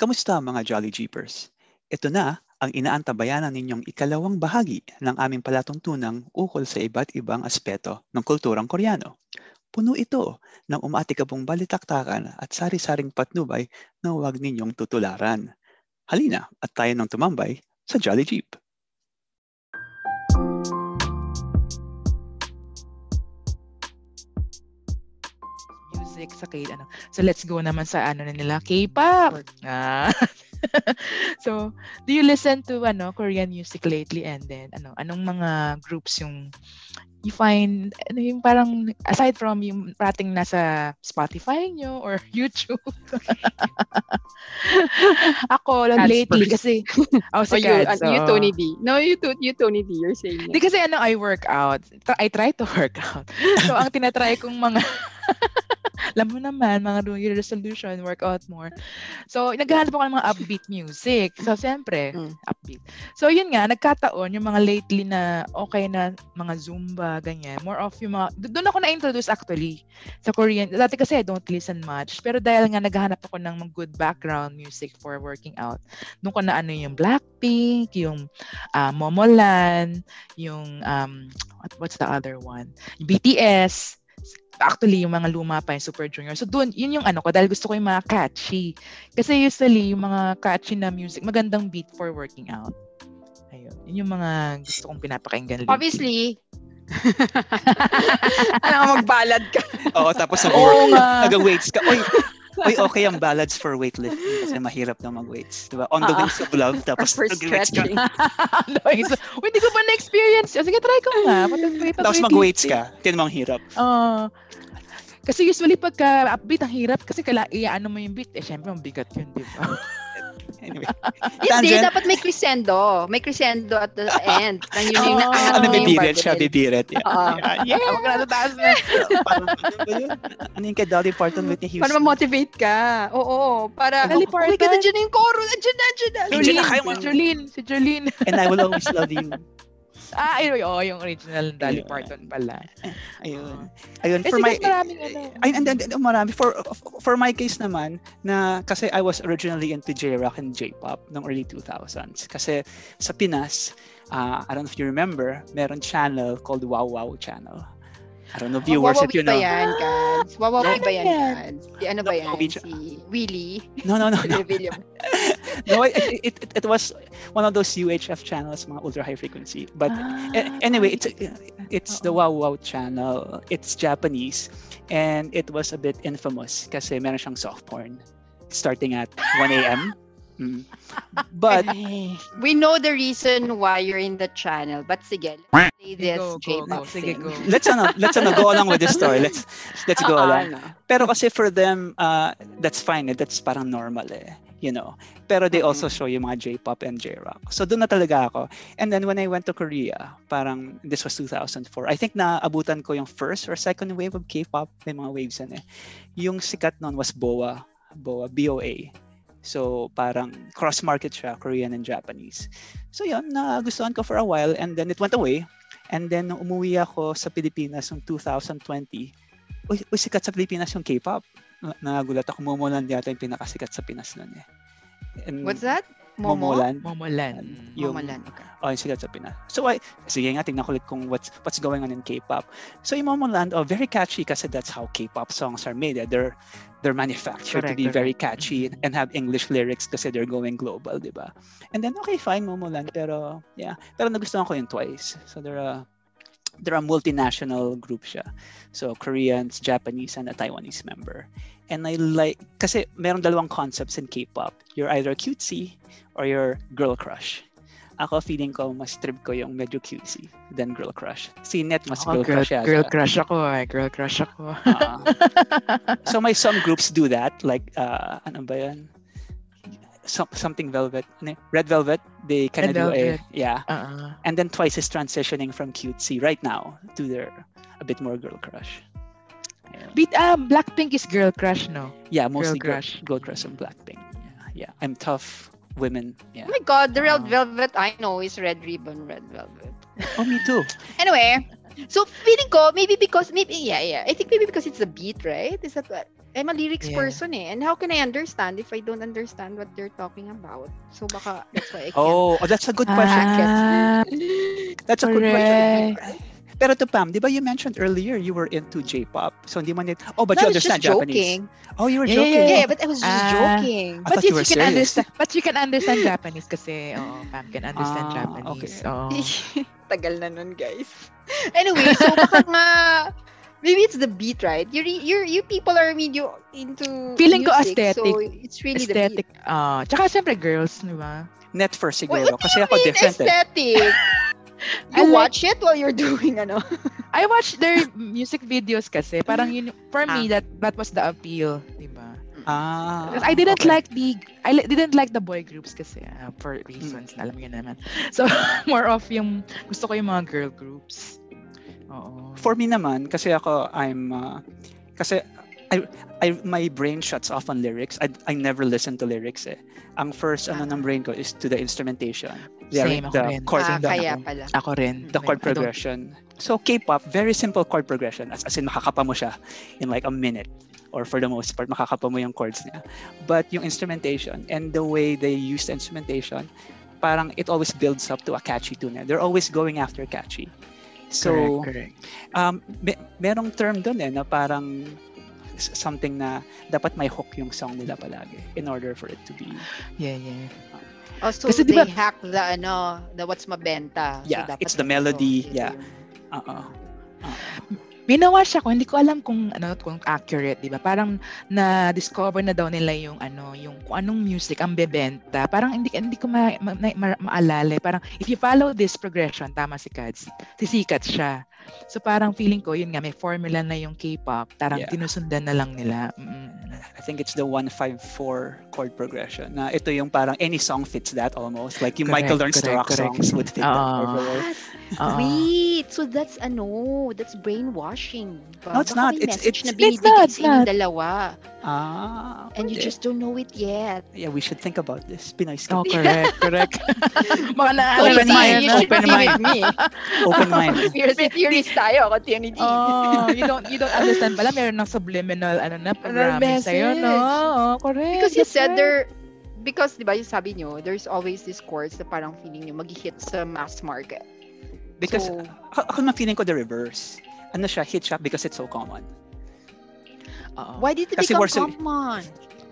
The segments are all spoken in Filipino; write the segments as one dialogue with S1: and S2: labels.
S1: Kamusta mga Jolly Jeepers? Ito na ang inaantabayanan ninyong ikalawang bahagi ng aming palatuntunang ukol sa iba't ibang aspeto ng kulturang Koreano. Puno ito ng umaatikabong balitaktakan at sari-saring patnubay na huwag ninyong tutularan. Halina at tayo ng tumambay sa Jolly Jeep.
S2: music sa K ano. So let's go naman sa ano na nila, K-pop. Ah. so, do you listen to ano Korean music lately and then ano anong mga groups yung you find ano yung parang aside from yung parating nasa Spotify nyo or YouTube. Ako lang
S3: Ads
S2: lately
S3: first.
S2: kasi oh
S3: Or
S2: si
S3: you,
S2: Kads,
S3: uh, you
S2: oo.
S3: Tony D. No, you, to, you Tony D. You're saying
S2: Di
S3: it.
S2: kasi ano, I work out. Tr- I try to work out. So, ang tinatry kong mga, alam mo naman, mga New Year resolution, work out more. So, naghahanap ako ng mga upbeat music. So, siyempre,
S3: Mm.
S2: upbeat. So, yun nga, nagkataon yung mga lately na okay na mga Zumba, ganyan. More of yung mga, do- doon ako na-introduce actually sa Korean. Dati kasi I don't listen much. Pero dahil nga naghahanap ako ng mga good background music for working out, doon ko na ano yung Blackpink, yung ah, Momoland, yung um what- what's the other one? Yung BTS. Actually, yung mga luma pa, yung Super Junior. So, doon, yun yung ano ko, dahil gusto ko yung mga catchy. Kasi usually, yung mga catchy na music, magandang beat for working out. Ayun. Yun yung mga gusto kong pinapakinggan. lately.
S3: Obviously. Alam ka, magbalad ka.
S1: Oo, tapos sa
S2: Oo
S1: work,
S2: nga.
S1: nag-weights ka. Uy, uy, okay ang ballads for weightlifting kasi mahirap na mag-weights. Diba? On the
S3: Ah.
S1: wings of love,
S3: Or
S1: tapos
S3: for
S1: nag-weights ka.
S3: stretching.
S2: Ano, isa- Uy, hindi ko pa na-experience. yun. Sige, try ko nga. Pag-
S1: Tapos mag-weights ka. Tinan mo ang hirap.
S2: Oo. kasi usually pagka upbeat ang hirap kasi kala iaano mo yung beat eh syempre mabigat yun di ba
S1: Anyway.
S4: Hindi,
S1: Tangent.
S4: dapat may crescendo. May crescendo at the end. Ang yun yung
S2: Oo.
S4: nakaano
S1: Ano,
S2: yung
S1: bibirit siya,
S4: barbell.
S1: bibirit. Yeah.
S4: Oo.
S1: Yeah.
S2: Ah, wag na tataas na
S1: Parang, ano ba yun? Ano yung kay Dolly Parton, Whitney
S3: Para
S1: Houston?
S3: ma-motivate ka. Oo, para... oh my
S2: Dali,
S3: God,
S2: partner.
S3: andyan na yung koro. Andyan na, andyan na.
S1: Andyan
S2: Jolene,
S1: na kayo,
S2: si
S1: ma'am.
S2: Jolene, si Jolene.
S1: And I will always love you.
S2: Ah, ayun, oo, yung original ng Dolly
S1: Ayun.
S2: Parton pala.
S1: Ayun. Ayun,
S2: Eh,
S1: for my...
S2: sige, maraming ano.
S1: Ay, and, and, and marami. For, for my case naman, na kasi I was originally into J-rock and J-pop noong early 2000s. Kasi sa Pinas, ah, I don't know if you remember, meron channel called Wow Wow Channel. I don't know if you worship you
S4: Wawawi Oh, ba
S1: know.
S4: yan, Kads? Wawawi
S2: Ano
S4: ba yan,
S2: yan?
S4: Kads? Si ano ba yan?
S1: Wawawi siya.
S4: Si Willie?
S1: No, no, no. no.
S4: William.
S1: no it, it, it, it was one of those UHF channels, mga ultra high frequency. But
S2: Ah,
S1: A- Eh, anyway, it's uh, it's the Wow Wow channel. It's Japanese and it was a bit infamous kasi meron siyang soft porn starting at 1 a.m. Mm.
S2: Ah.
S1: But
S3: Ay.
S4: We know the reason why you're in the channel. But sige, let's say this
S2: Go, go, go.
S4: J-pop
S2: Sige,
S4: thing. Ah,
S2: go.
S1: let's ano, let's ano, go along with the story. Let's let's go
S3: Oo,
S1: along.
S3: ano.
S1: Pero kasi for them, uh, that's fine. Eh. That's parang normal eh. You know? Pero they also show yung mga J-pop and J-rock. So doon na talaga ako. And then when I went to Korea, parang this was 2004. I think naabutan ko yung first or second wave of K-pop. May mga waves yan eh. Yung sikat noon was BoA. BoA, B-O-A. So parang cross-market siya, Korean and Japanese. So yun, nagustuhan ko for a while and then it went away. And then nung umuwi ako sa Pilipinas noong 2020, uy, uy, sikat sa Pilipinas yung K-pop. Na- Nagulat ako, Momoland yata yung pinakasikat sa Pinas nun eh. And
S4: What's that? Momo?
S1: Momoland.
S2: Momoland.
S1: Yung-
S4: Momoland. Okay.
S1: Oh, yung sikat sa Pinas. So, I, sige nga, tingnan ko ulit kung what's, what's going on in K-pop. So, yung Momoland, oh, very catchy kasi that's how K-pop songs are made. eh. They're, they're manufactured to
S2: Correct,
S1: be
S2: correct.
S1: very catchy
S2: Mhm.
S1: and have English lyrics kasi they're going global, di ba? And then, okay, fine, Momoland. Pero, yeah. Pero nagustuhan ko yung twice. So, they're a, they're a multinational group siya. So, Koreans, Japanese, and a Taiwanese member. And I like, kasi meron dalawang concepts in K-pop. You're either cutesy or you're girl crush. Ako, feeling ko, mas trip ko yung medyo cutesy than girl crush. Si Net, mas girl,
S2: Ako, Oh, girl,
S1: crush yata.
S2: girl crush ako eh. Girl crush ako.
S1: Ah. so may some groups do that like uh, ano ba yan? Some, something velvet Ano yun? red velvet they kind of
S2: Red
S1: do a
S2: Velvet.
S1: yeah
S2: Oo.
S1: and then twice is transitioning from cutesy right now to their a bit more girl crush yeah,
S2: Beat, ah, Blackpink is girl crush, no?
S1: Yeah, mostly girl,
S2: crush.
S1: girl crush and blackpink yeah, yeah i'm tough women yeah
S4: Oh my God, the
S2: Ah.
S4: Red Velvet I know is Red Ribbon, Red Velvet.
S1: oh me too
S4: Anyway, so feeling ko, maybe because, maybe, yeah, yeah. I think maybe because it's the beat, right? Is that what?
S3: I'm a lyrics
S2: Yeah.
S3: person eh. And how can I understand if I don't understand what they're talking about? So baka that's why I can't.
S1: Oh, oh, that's a good
S2: Ah,
S1: question. That's a good question.
S2: correct.
S1: Pero to Pam, di ba you mentioned earlier you were into J-pop? So hindi man it... Oh, but
S3: No,
S1: you
S3: I was
S1: understand
S3: just
S1: Japanese.
S3: joking.
S1: Oh, you were
S2: Yeah, yeah,
S1: joking.
S2: yeah.
S3: Yeah, but I was just
S2: Ah.
S3: joking.
S1: I
S2: But
S1: thought you
S2: yes,
S1: were
S2: you can
S1: serious.
S2: understand. But you can understand Japanese kasi, oh, Pam can understand
S1: Ah,
S2: Japanese.
S1: okay.
S2: Oo.
S1: Oh.
S3: Tagal na nun, guys. Anyway, so baka nga, maybe it's the beat, right? You re- you you people are really you into
S2: Feeling ko
S3: music,
S2: aesthetic.
S3: So it's really
S2: aesthetic.
S3: the beat.
S2: ah tsaka syempre girls, di ba?
S1: Net first
S3: Wait,
S1: siguro.
S3: what do
S1: Kasi
S3: you
S1: ako
S3: mean
S1: different eh.
S3: aesthetic?
S2: I
S3: you
S2: like-
S3: watch it while you're doing ano?
S2: I watched their music videos kasi parang yun yung- for me that that was the appeal, di ba?
S1: Ah.
S2: I didn't
S1: okay.
S2: like the I li- didn't like the boy groups kasi ah, for reasons
S1: Hmm.
S2: na alam niyo naman. So more of yung gusto ko yung mga girl groups. Oo.
S1: For me naman, kasi ako, I'm... uh, kasi I, I, my brain shuts off on lyrics. I, I never listen to lyrics eh. Ang first ano ng brain ko is to the instrumentation. Lyric,
S2: Ah. Same, ako
S1: the
S2: rin.
S1: chord,
S4: Ah,
S1: the,
S4: kaya pala.
S2: ako rin.
S1: the chord
S2: Mm, I don't-
S1: progression. So K-pop, very simple chord progression. As, as in, makakapa mo siya in like a minute. Or for the most part, makakapa mo yung chords niya. But yung instrumentation and the way they use the instrumentation, parang it always builds up to a catchy tune. eh. They're always going after catchy. So,
S2: Correct, correct.
S1: um, me- merong term doon eh, na parang s- something na dapat may hook yung song nila palagi in order for it to be
S2: Yeah, yeah.
S4: Oh, so
S2: Kasi di ba-
S4: they hack the ano, the what's mabenta.
S1: Yeah,
S4: so dapat
S1: it's the
S4: ganito,
S1: melody,
S4: ito
S1: yeah.
S4: yung-
S1: uh
S2: Binawash ako, hindi ko alam kung ano kung accurate, 'di ba? Parang na discover na daw nila yung ano, yung kung anong music ang bebenta. Parang hindi hindi ko ma, ma, ma- maalala. eh. Parang if you follow this progression, tama si Kads. Sisikat siya. So parang feeling ko yun nga may formula na yung K-pop. Parang
S1: Yeah.
S2: tinusundan na lang nila. Mm.
S1: I think it's the 154 chord progression na ito yung parang any song fits that almost like yung
S2: Correct,
S1: Michael Learns to
S2: correct, Ah.
S1: Rock
S2: correct.
S1: songs would fit that
S2: Oo.
S1: overall.
S4: What?
S1: Uh-huh.
S2: Oo.
S4: Wait, so that's ano, that's brainwashing. Ba?
S1: No, it's
S4: Baka
S1: not.
S4: may
S1: It's-
S4: message
S1: it's-
S4: na
S2: It's
S4: binibigay
S2: not,
S4: sa inyong
S2: not.
S4: dalawa.
S1: Ah,
S4: And you
S1: pwede.
S4: just don't know it yet.
S1: yeah we should think about this Pinoy
S2: Oh,
S1: skip
S2: correct, correct. Baka na
S3: Open
S2: alam
S3: mind, you should
S2: open
S3: be
S2: mind.
S3: with me.
S1: open mind
S3: Theories, theories tayo, ako tiyan ni Dee.
S2: Oh, you don't you don't understand pala meron ng subliminal ano na programming sa iyo,
S3: message.
S2: no? Oo, correct.
S4: Because you
S2: that's
S4: said
S2: right.
S4: there, because di ba yung sabi nyo, there's always this chords na parang feeling nyo mag-hit sa mass market.
S1: because uh, ako,
S4: so,
S1: ako naman feeling ko the reverse ano siya hit siya because it's so common
S2: Oo.
S4: why did it
S1: Kasi
S4: become
S1: we're so-
S4: common?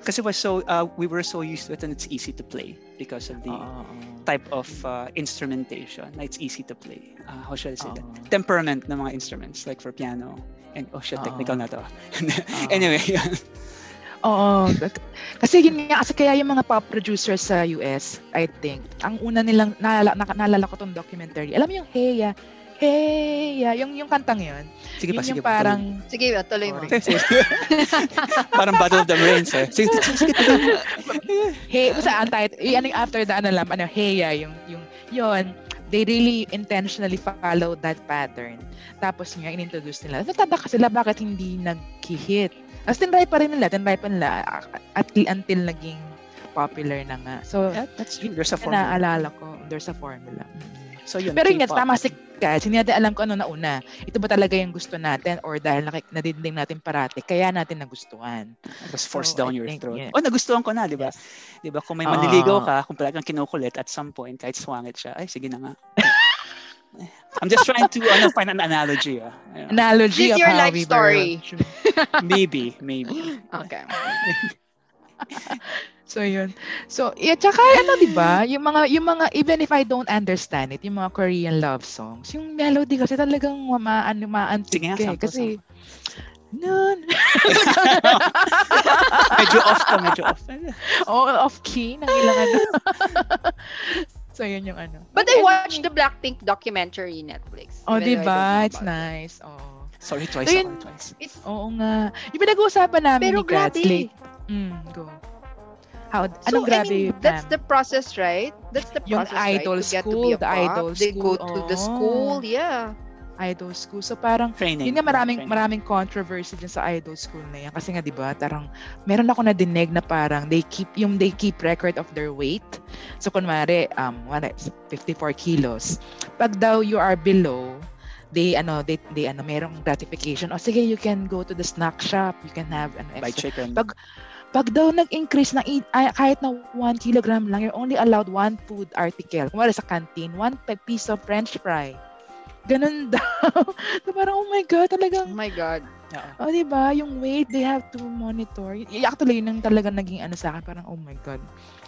S1: kasi we're so uh, we were so used to it and it's easy to play because of the
S2: Oo,
S1: type of uh, instrumentation na it's easy to play. Uh, how should I say
S2: oo,
S1: that?
S2: oo.
S1: Temperament ng mga instruments like for piano and oh shit,
S2: Ah.
S1: technical na to.
S2: Oo.
S1: anyway,
S2: Oo. K- Kasi yun nga, kasi kaya yung mga pop producers sa US, I think, ang una nilang, naalala, naka- naalala ko tong documentary. Alam mo yung Heya, Heya, yung, yung kantang yun.
S1: sige pa,
S2: yun
S1: sige
S2: yung
S1: pa.
S2: parang,
S1: tuloy.
S4: Sige, tuloy mo.
S2: Sorry.
S1: parang battle of the brains eh. Sige, sige, sige, tuloy.
S2: hey, basta ang title, eh, ano yung after the ano lang, ano, heya, yung, yung, yun, they really intentionally follow that pattern. Tapos nga, inintroduce nila. Natataka sila bakit hindi nag-hit. Tapos tinry pa rin nila, tinry pa nila ah, at, until naging popular na nga. So,
S1: Yeah, that's true. There's a
S2: yun
S1: formula.
S2: naaalala ko, there's a formula.
S1: So yun,
S2: Pero yun nga,
S1: K-pop.
S2: tama si Kaz, hindi natin alam kung ano na una. Ito ba talaga yung gusto natin or dahil nakik- nadinding natin parati, kaya natin nagustuhan.
S1: It was forced
S2: So,
S1: down
S2: I
S1: your
S2: think,
S1: throat.
S2: yeah. Ah.
S1: Oh, nagustuhan ko na, di ba? Di ba? Kung may
S2: Oo.
S1: manliligaw ka, kung palagang kinukulit at some point, kahit swangit siya, ay, sige na nga. I'm just trying to ano, find an analogy. Ah. Ayun.
S2: Analogy
S4: This
S2: of
S4: your
S2: how
S4: life
S2: we
S4: story.
S2: were-
S1: Maybe, maybe.
S4: Okay.
S2: So yun. So, yeah, tsaka ano 'di ba, yung mga yung mga even if I don't understand it, yung mga Korean love songs, yung melody kasi talagang maano maantig
S1: Sige nga,
S2: ka eh.
S1: sample,
S2: kasi nun.
S1: medyo off ka, medyo off.
S2: oh, off key ng ilang ano. so yun yung ano.
S4: But I watched the Blackpink documentary Netflix.
S2: Oh,
S4: even
S2: 'di
S4: though
S2: ba?
S4: I don't know
S2: It's
S4: about it.
S2: nice. Oo.
S1: Sorry twice,
S2: So, yun-
S1: sorry twice.
S4: It's,
S2: Oo nga. Yung pinag-uusapan namin
S4: pero
S2: ni Gats
S4: grabe.
S2: late. Mm, go. How,
S4: So,
S2: anong grabe?
S4: I mean, that's
S2: Pam?
S4: the process, right? That's the
S2: Yung
S4: process, right?
S2: idol
S4: to get
S2: school,
S4: to be a
S2: the
S4: pop.
S2: idol
S4: They go
S2: school,
S4: to the
S2: oh.
S4: school, yeah.
S2: idol school. So parang
S1: Training.
S2: Yun nga maraming
S1: Training.
S2: maraming controversy din sa idol school na yan kasi nga 'di ba, parang meron ako na dinig na parang they keep yung they keep record of their weight. So kunwari um wala, 54 kilos. Pag daw you are below they ano they, they ano merong gratification. O sige, you can go to the snack shop, you can have an
S1: Buy
S2: extra.
S1: chicken.
S2: Pag- Pag daw nag-increase ng i- ay- kahit na 1 kilogram lang, you're only allowed one food article. Kumari sa canteen, one pe- piece of french fry. Ganun daw. so parang, oh my God, talagang
S4: Oh my God.
S2: Oh, di ba? Yung weight, they have to monitor. Y- y- actually, yun ang talaga naging ano sa akin. Parang, oh my God.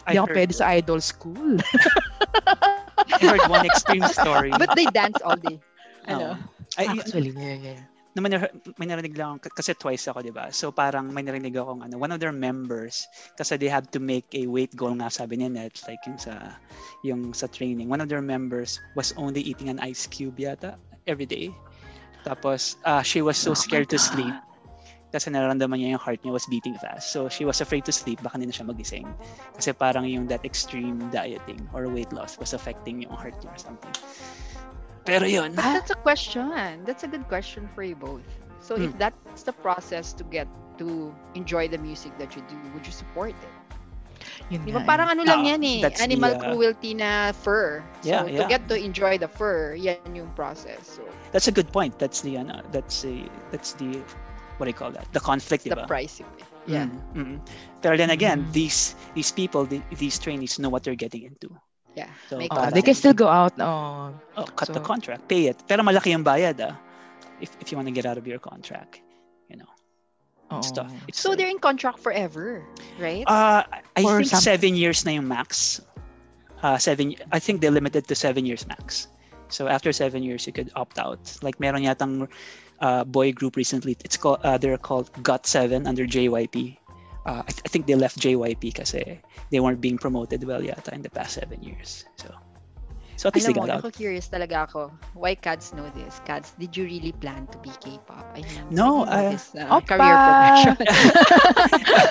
S2: Hindi ako pwede sa idol school.
S1: I heard one extreme story.
S4: But they dance all day.
S1: Oo.
S4: Ano?
S1: Ay, yun-
S2: actually, yeah, yeah.
S1: na may, nar- may narinig lang ako, k- kasi twice ako, 'di ba? So parang may narinig akong ano, one of their members kasi they had to make a weight goal nga sabi ni Net like yung sa yung sa training. One of their members was only eating an ice cube yata every day. Tapos ah, she was so
S2: Oh my
S1: scared to
S2: God.
S1: sleep kasi nararamdaman niya yung heart niya was beating fast. So she was afraid to sleep baka hindi na siya magising kasi parang yung that extreme dieting or weight loss was affecting yung heart niya or something. Pero yun,
S4: But that's a question. That's a good question for you both. So if
S1: Hmm.
S4: that's the process to get to enjoy the music that you do, would you support it?
S2: Yun Oh,
S4: Di
S2: nga,
S4: ba? Parang ano lang
S1: Ah,
S4: yan eh.
S1: that's the,
S4: Animal
S1: uh,
S4: cruelty na fur. So
S1: Yeah,
S4: to
S1: yeah.
S4: get to enjoy the fur, yan yung process. So
S1: That's a good point. That's the ano, that's the that's the what do you call that? The conflict,
S4: the
S1: diba?
S4: price you pay. Yeah.
S1: Mm, mm. Pero then again,
S2: Mm.
S1: these these people, the, these trainees know what they're getting into.
S4: Yeah.
S1: So ah,
S4: May
S2: yun. Oh,
S1: parang,
S2: they can still go out. Oh.
S1: oh, cut the
S2: so-
S1: contract, pay it. Pero malaki yung bayad ah. If if you want to get out of your contract,
S2: Oo.
S1: stuff. It's
S4: So
S1: like-
S4: they're in contract forever, right?
S1: uh, I
S2: Or
S1: think
S2: some-
S1: seven years na yung max. Uh, seven. I think they limited to seven years max. So after seven years, you could opt out. Like meron yatang uh, boy group recently. It's called. Uh, they're called Got Seven under JYP. Uh, I, th- I think they left JYP kasi they weren't being promoted well yata in the past seven years. So, so at least
S4: Alam
S1: they
S4: mo,
S1: got out.
S4: ako curious talaga ako. Why Cads know this? Cads, did you really plan to be K-pop? I mean,
S1: No, ah, I-
S4: why do you know this, uh,
S2: Opa!
S4: career progression.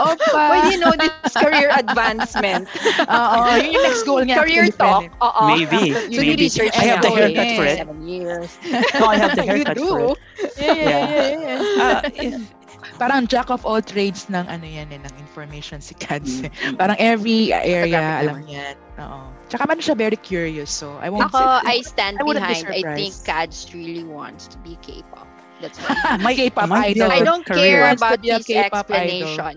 S2: Opa!
S4: Why do you know this career advancement?
S2: Oo, yun yung next goal niya.
S4: career talk? Oo.
S1: Maybe,
S4: So you
S1: maybe.
S4: research
S1: I have the
S4: na.
S1: haircut
S2: eh.
S1: for it.
S4: Seven years.
S1: No, I have the
S4: you
S1: haircut for
S4: do.
S1: it.
S2: Yeah, yeah,
S1: Yeah.
S2: yeah, yeah. Uh,
S1: Ah, yeah.
S2: Parang jack of all trades ng ano yan eh, ng information si Kads. eh.
S1: Mm, mm.
S2: Parang every
S4: Photographic
S2: area, alam
S4: naman.
S2: niyan. Oo. Tsaka man siya very curious, so I won't
S4: Ako, I stand
S2: I wouldn't be
S4: behind. I think
S2: surprised.
S4: Cads really wants to be K-pop. That's why.
S1: Might-
S2: K-pop
S1: might be a
S2: idol.
S4: I don't
S1: career.
S4: care
S2: Wants to
S4: about
S2: be a
S4: this
S2: K-pop idol.
S4: explanation.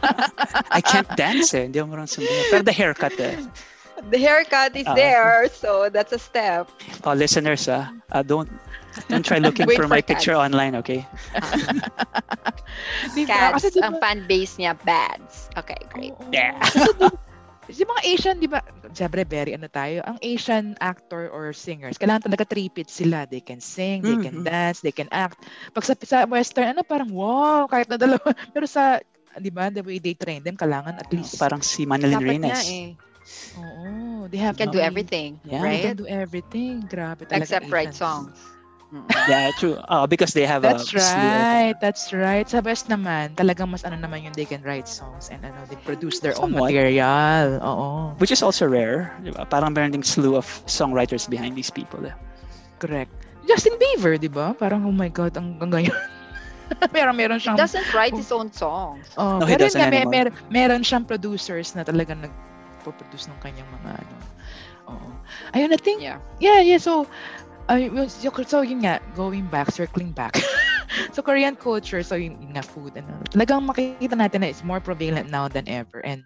S1: I can't dance eh. Hindi ako marunong sumayaw. Pero the haircut eh.
S4: the haircut is
S1: Ah.
S4: there, so that's a step.
S1: Oh, listeners, ah, ah, don't don't try looking
S4: Wait
S1: for
S4: for
S1: my
S4: cats.
S1: picture online, okay?
S2: Di ba?
S4: Cats,
S2: Kasi di ba-
S4: ang fan base niya, bads. Okay, great.
S2: Oo.
S1: Yeah.
S2: Kasi di- yung mga Asian, di ba, syempre very ano tayo, ang Asian actor or singers, kailangan talaga three-pitch sila. They can sing, they
S1: Mhm.
S2: can dance, they can act. Pag sa, sa Western, ano, parang wow, kahit na dalawa. Pero sa, di ba, the way they train them, kailangan at least.
S1: Parang si Manilyn
S4: Dapat nga
S1: Reynes.
S4: eh.
S2: Oo, they have
S4: You can
S2: to
S4: do
S2: be-
S4: everything,
S1: Mm. Yeah.
S2: They can
S4: right?
S2: do everything. Grabe talaga.
S4: Except write
S2: Asians.
S4: songs. Mm.
S1: Yeah, true. Oh, because they have a
S2: That's
S1: slew
S2: right. That's right. Sa West naman, talagang mas ano naman yung they can write songs and ano, they produce their own
S1: Somewhat.
S2: material. Oo.
S1: of- which is also rare. di ba? Parang meron ding slew of songwriters behind these people. eh.
S2: Correct. Justin Bieber, di ba? Parang, oh my God, ang, ang ganyan. meron, meron
S4: He
S2: siyang...
S4: doesn't write his own songs.
S2: Oh,
S1: No, he
S2: pero yun
S1: doesn't
S2: nga, may-
S1: anymore.
S2: mer- meron siyang producers na talaga nagpo-produce ng kanyang mga ano. Oo. Ayun, I think,
S4: Yeah.
S2: yeah, yeah, so, ay, well, so, so yun nga, going back, circling back. so, Korean culture, so yun, yun nga, food, ano, talagang makikita natin na it's more prevalent now than ever. And,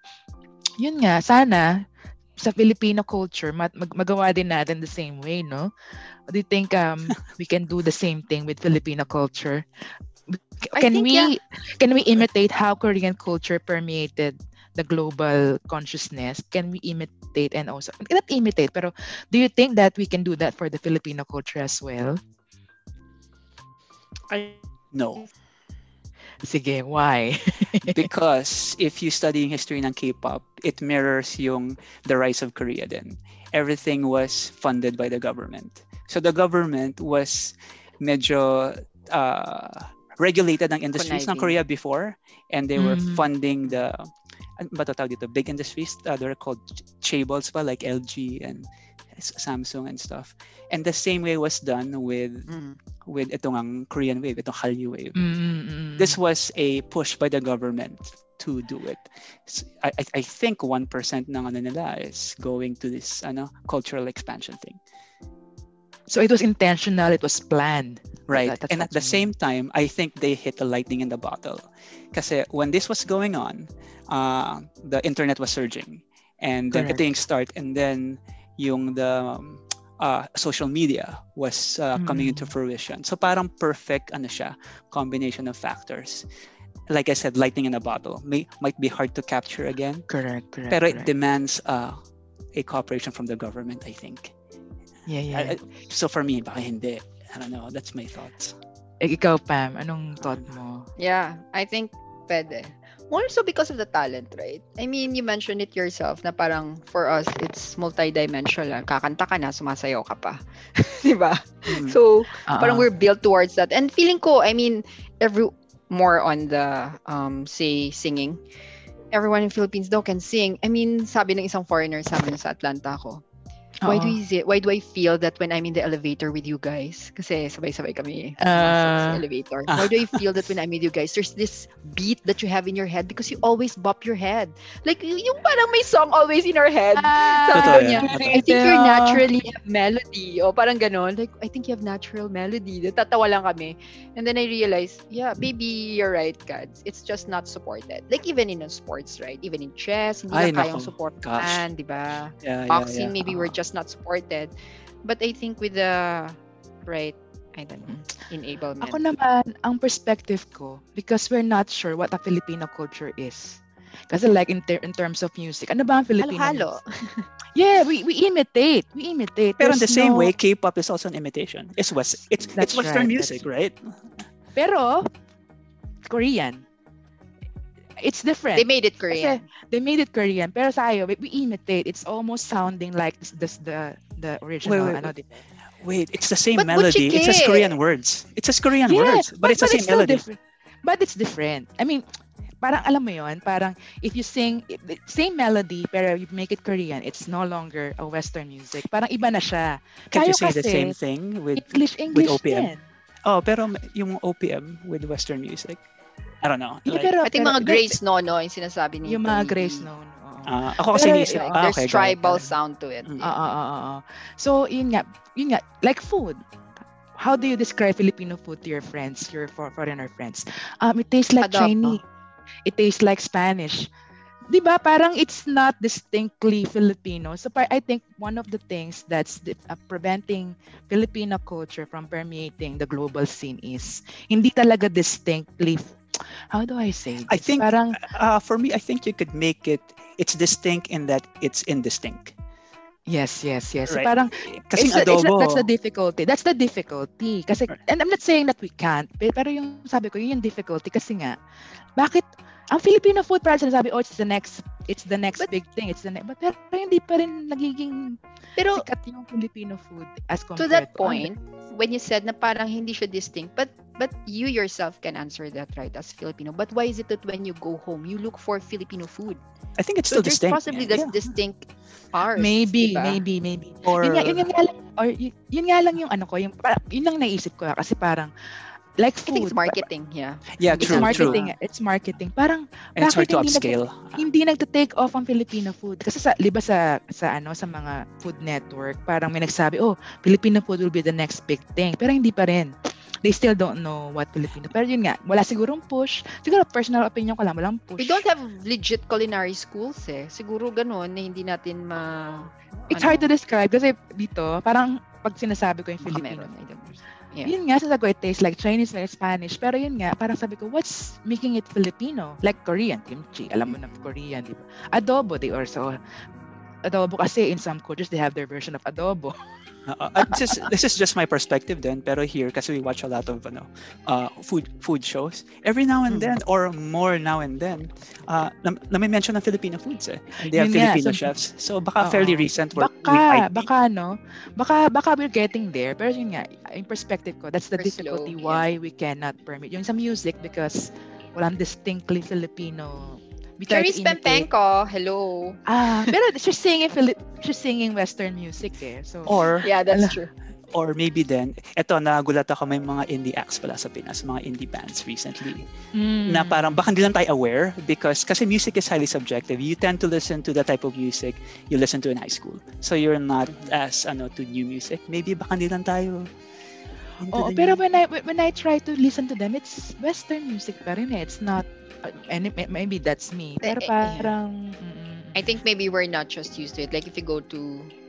S2: yun nga, sana, sa Filipino culture, mag- mag- magawa din natin the same way, no? Do you think um we can do the same thing with Filipino culture?
S4: I
S2: Can
S4: think,
S2: we
S4: yeah.
S2: can we imitate how Korean culture permeated the global consciousness? Can we imitate and also not imitate, pero do you think that we can do that for the Filipino culture as well?
S1: No,
S2: Sige, why?
S1: because if you study history ng K-pop, it mirrors yung the rise of Korea then. Everything was funded by the government. So the government was medyo uh, regulated ng industries ng Korea
S4: Conniving.
S1: before and they were
S2: Mhm.
S1: funding the ano ba to tawag dito? Big industries, uh, they're called ch- chaebols pa like LG and S- Samsung and stuff. And the same way was done with
S2: oh.
S4: Mm.
S1: with itong ang Korean wave, itong Hallyu wave
S2: Mm, mm, mm.
S1: this was a push by the government to do it. S- I, I- I think 1% ng ano nila is going to this ano cultural expansion thing.
S2: So it was intentional, it was planned.
S1: Right.
S2: That- that's
S1: and at
S2: what
S1: the
S2: you mean.
S1: same time, I think they hit the lightning in the bottle. Kasi when this was going on, uh, the internet was surging. And then
S2: Correct.
S1: everything start and then yung the um, uh, social media was uh, coming
S2: Mm.
S1: into fruition. So parang perfect ano siya, combination of factors. Like I said, lightning in a bottle may might be hard to capture again,
S2: Correct, correct.
S1: pero it
S2: correct.
S1: demands uh, a cooperation from the government, I think.
S2: yeah, yeah.
S1: I- I- so for me, baka hindi. I don't know. That's my thoughts.
S2: Eh, ikaw, Pam, anong thought mo?
S4: Yeah, I think pwede. More so because of the talent, right? I mean, you mentioned it yourself na parang for us, it's multidimensional. Kakanta ka na, sumasayaw ka pa. Di ba?
S1: Mm.
S4: So,
S2: Uh-uh.
S4: parang we're built towards that. And feeling ko, I mean, every more on the um say singing. Everyone in Philippines daw can sing. I mean, sabi ng isang foreigner sa amin sa Atlanta ako. Why do
S2: Oo.
S4: is it, why do I feel that when I'm in the elevator with you guys? Kasi sabay-sabay kami
S2: Ah.
S4: sa elevator. Why do I feel that when I'm with you guys? There's this beat that you have in your head because you always bop your head. Like y- yung parang may song always in our head.
S2: Ah,
S1: Totoo
S4: niya.
S1: yan.
S4: I think you're naturally have melody. O parang ganon. Like, I think you have natural melody. Tatawa lang kami. And then I realized, yeah, baby, you're right, Kads. It's just not supported. Like, even in a sports, right? Even in chess, hindi
S1: Ay,
S4: na kayang
S1: nako.
S4: supportahan, di ba?
S1: Yeah, yeah,
S4: boxing
S1: yeah.
S4: maybe we're just not supported but i think with the right i don't
S2: Mm-hmm.
S4: know enablement
S2: Ako naman, ang perspective ko, because we're not sure what a Filipino culture is. Kasi like in, ter- in terms of music, ano ba ang Filipino
S4: halo-halo
S2: music? Yeah, we, we imitate. We imitate.
S1: Pero in the
S2: There's
S1: same
S2: no-
S1: way, K-pop is also an imitation. It's West, it's it's
S2: That's
S1: Western
S2: right,
S1: music, right?
S2: Pero, Korean. It's different.
S4: they made it korean
S2: They made it Korean. Pero sa ayo, we, we imitate. It's almost sounding like this, this- the the original.
S1: wait,
S2: ano,
S1: wait. Wait, it's the same
S4: But
S1: melody. It's just
S4: Buchike.
S1: Korean words. It's just Korean words, but, it's the same
S2: still
S1: melody.
S2: different. But it's different. I mean, parang alam mo yon, parang if you sing i- i- same melody pero you make it Korean, it's no longer a Western music. Parang iba na siya.
S1: Can you
S2: Tayo
S1: say the
S2: kasi,
S1: same thing with
S2: English, English
S1: OPM.
S2: din.
S1: oh, pero may- yung OPM with Western music? I don't know.
S2: Hindi,
S1: Like,
S2: pero,
S4: i think
S2: pero-
S4: mga grace Mm. no no yung sinasabi ni
S2: Yung mga
S4: ni-
S2: Grace Noon. oo.
S1: ah, ako kasi
S2: Pero,
S1: naisip-
S4: Like,
S1: ah,
S4: there's
S1: okay, got it,
S4: tribal
S1: got it.
S4: sound to it
S1: Mm.
S2: Oo, oo, oo, oo. ah, So, yun nga, yun nga, like food. How do you describe Filipino food to your friends, your for foreigner friends? Um, it tastes like
S4: Adobo.
S2: Chinese. It tastes like Spanish. 'Di ba? Parang it's not distinctly Filipino. So par- I think one of the things that's di- uh, preventing Filipino culture from permeating the global scene is hindi talaga distinctly How do I say this?
S1: I think-
S2: parang
S1: Uh, for me, I think you could make it. It's distinct in that it's indistinct.
S2: yes, yes, yes. So
S1: Right.
S2: parang
S1: Kasi
S2: It's the- it's the-
S1: adobo.
S2: that's the difficulty. That's the difficulty. Kasi,
S1: Right.
S2: and I'm not saying that we can't, pe- pero yung sabi ko, yun yung difficulty. Kasi nga, bakit, ang Filipino food parang sinasabi, oh, it's the next, it's the next
S4: But-
S2: big thing, it's the next, but pero hindi pa rin nagiging
S4: pero
S2: sikat yung Filipino food as compared
S4: to that
S2: other-
S4: point when you said na parang hindi siya distinct but but you yourself can answer that right as Filipino but why is it that when you go home you look for Filipino food
S1: I think it's
S4: so
S1: still
S4: there's
S1: distinct.
S4: possibly
S1: yeah.
S4: this distinct ours
S2: Maybe,
S4: diba?
S2: maybe, maybe.
S1: Or,
S2: Yun nga, yun, nga lang, or yun, yun nga lang yung ano ko, yung, parang- yun ang naisip ko ah, kasi parang, like
S4: I think
S2: food.
S4: it's marketing yeah
S1: yeah,
S2: It's
S1: true, true.
S2: marketing. eh. It's marketing. Parang,
S1: And it's hard to
S2: Bakit hindi
S1: upscale.
S2: hindi nagte-take off ang Filipino food. Kasi sa, di ba sa, sa ano, sa mga food network, parang may nagsabi, oh, Filipino food will be the next big thing. Pero hindi pa rin. They still don't know what Filipino. Pero yun nga, wala sigurong push. Siguro personal opinion ko lang, walang push.
S4: We don't have legit culinary schools eh. Siguro ganun na hindi natin ma...
S2: It's hard to describe kasi dito, parang pag sinasabi ko yung
S4: Baka
S2: Filipino
S4: meron, I don't know. Yeah.
S2: Yun nga, sinasabi ko, it tastes like Chinese, like Spanish. Pero yun nga, parang sabi ko, what's making it Filipino? Like Korean, kimchi. Alam mo na Korean, di ba? Adobo, they also... Adobo kasi in some cultures, they have their version of adobo.
S1: Uh, uh, this, is, this is just my perspective then, pero here, kasi we watch a lot of ano, uh, food food shows, every now
S2: Hmm.
S1: and then, or more now and then, uh, nam- nami-mention ng Filipino foods eh. They have
S2: Yun nga,
S1: Filipino
S2: so-
S1: chefs. So baka
S2: Oo.
S1: fairly recent where we
S2: Baka,
S1: might be.
S2: baka no? Baka, baka we're getting there. Pero yun nga, in perspective ko, that's the
S4: We're slow,
S2: difficulty
S4: yeah.
S2: why we cannot permit. Yung sa music, because walang distinctly Filipino. We try to
S4: Clarice
S2: imitate.
S4: Pempenko, hello.
S2: Ah, pero she's singing Philip, she's singing Western music eh. So,
S1: Or,
S4: Yeah, that's true.
S1: Or maybe then, eto, nagulat ako may mga indie acts pala sa Pinas, mga indie bands recently.
S2: Mm.
S1: Na parang baka hindi lang tayo aware because kasi music is highly subjective. You tend to listen to the type of music you listen to in high school. So you're not as ano to new music. Maybe baka hindi lang tayo into the
S2: Oo, pero
S1: new-
S2: when I when I try to listen to them, it's Western music pa rin eh. It's not, uh, any, maybe that's me.
S4: Eh,
S2: Pero
S4: eh,
S2: parang, mm,
S4: I think maybe we're not just used to it. Like if you go to,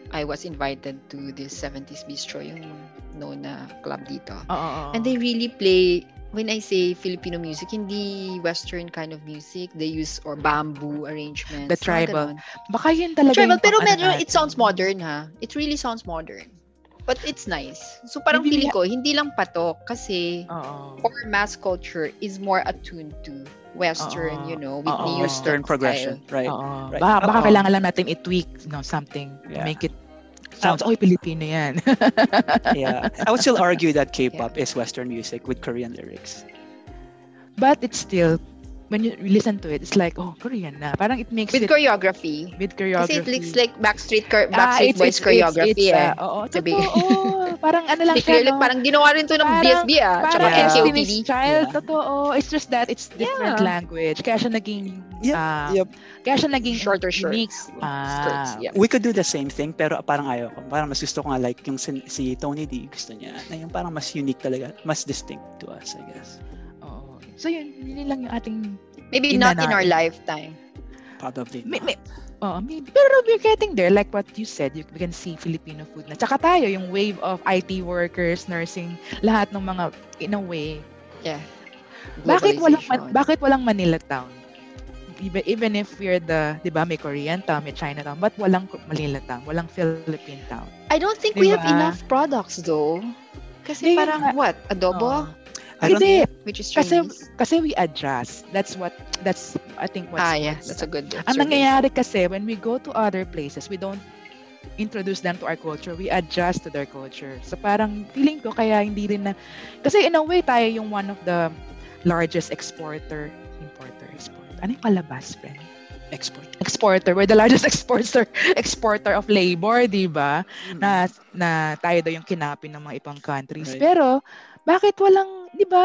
S4: I was invited to this 70s bistro, yung known na club dito.
S2: oo, oo.
S4: And they really play, when I say Filipino music, hindi Western kind of music. They use or bamboo arrangements.
S2: The
S4: mga
S2: tribal.
S4: ganon.
S2: baka yun talaga yung
S4: Tribal, pero
S2: pang- ano
S4: medyo,
S2: natin.
S4: it sounds modern ha. It really sounds modern. But it's nice. So parang
S2: Maybe we
S4: feeling ko, hindi lang patok kasi
S2: Oo.
S4: or mass culture is more attuned to Western,
S2: Oo.
S4: you know,
S2: Oo.
S4: Whitney Houston
S1: Western progression, right?
S2: Oo.
S1: right.
S2: Baka, baka
S1: Oo.
S2: kailangan lang natin i-tweak no, something to
S1: Yeah.
S2: make it sounds, oh, Pilipino yan.
S1: yeah. I would still argue that K-pop is Western music with Korean lyrics.
S2: But it's still, when you listen to it, it's like, oh, Korean na. Parang it makes
S4: With
S2: it
S4: choreography.
S2: with choreography.
S4: Kasi it looks like Backstreet, cor-
S2: Ah,
S4: Backstreet
S2: it's-
S4: Boys
S2: it's- it's-
S4: choreography
S2: it's,
S4: eh.
S2: ah, oo,
S4: Sabi.
S2: totoo. parang ano lang
S4: Like,
S2: siya,
S4: clear,
S2: no?
S4: like, parang ginawa rin to ng
S2: Parang-
S4: BSB ah. Tsaka
S2: Parang
S1: Yeah.
S2: yeah.
S4: NCOTV.
S2: Destiny's Child,
S1: Yeah.
S2: totoo. It's just that it's different
S4: Yeah.
S2: language. Kaya siya naging,
S1: Yep,
S2: ah,
S1: yep.
S2: kaya siya naging
S4: Shorter
S2: unique.
S4: shirts.
S2: Ah.
S4: Skirts, yeah.
S1: We could do the same thing, pero parang ayoko. Parang mas gusto ko nga like yung sin- si Tony D, gusto niya. Na yung parang mas unique talaga, mas distinct to us, I guess.
S2: Oo. So yun, yun lang yung ating,
S4: Maybe
S2: Yun
S4: not
S2: na
S4: in our
S2: natin.
S4: lifetime.
S1: Probably
S2: may,
S1: not.
S2: may, oh, maybe. Pero we're getting there. Like what you said, you, we can see Filipino food na. Tsaka tayo, yung wave of IT workers, nursing, lahat ng mga, in a way,
S4: Yeah.
S2: Bakit walang man,
S4: Globalization.
S2: bakit walang Manila town? Even, even if we're the, 'di ba, may Korean town, may China town, but walang Ko- Manila town, walang Philippine town.
S4: I don't think we have
S2: Diba?
S4: enough products though. Kasi
S2: Hindi,
S4: parang
S2: nga.
S4: what? Adobo?
S2: Oo.
S1: I don't
S2: Hindi,
S4: Which is
S2: kasi
S4: Chinese?
S2: kasi we adjust. That's what that's I think what's
S4: ah, yeah. That's a good
S2: Ang
S4: observation.
S2: nangyayari kasi when we go to other places, we don't introduce them to our culture. We adjust to their culture. So parang feeling ko kaya hindi rin na kasi in a way tayo yung one of the largest exporter importer export. Ano yung palabas, friend?
S1: export.
S2: exporter. We're the largest exporter exporter of labor, di ba?
S1: Mm.
S2: Na, na tayo daw yung kinapi ng mga ibang countries.
S1: Right.
S2: Pero, bakit walang, di ba?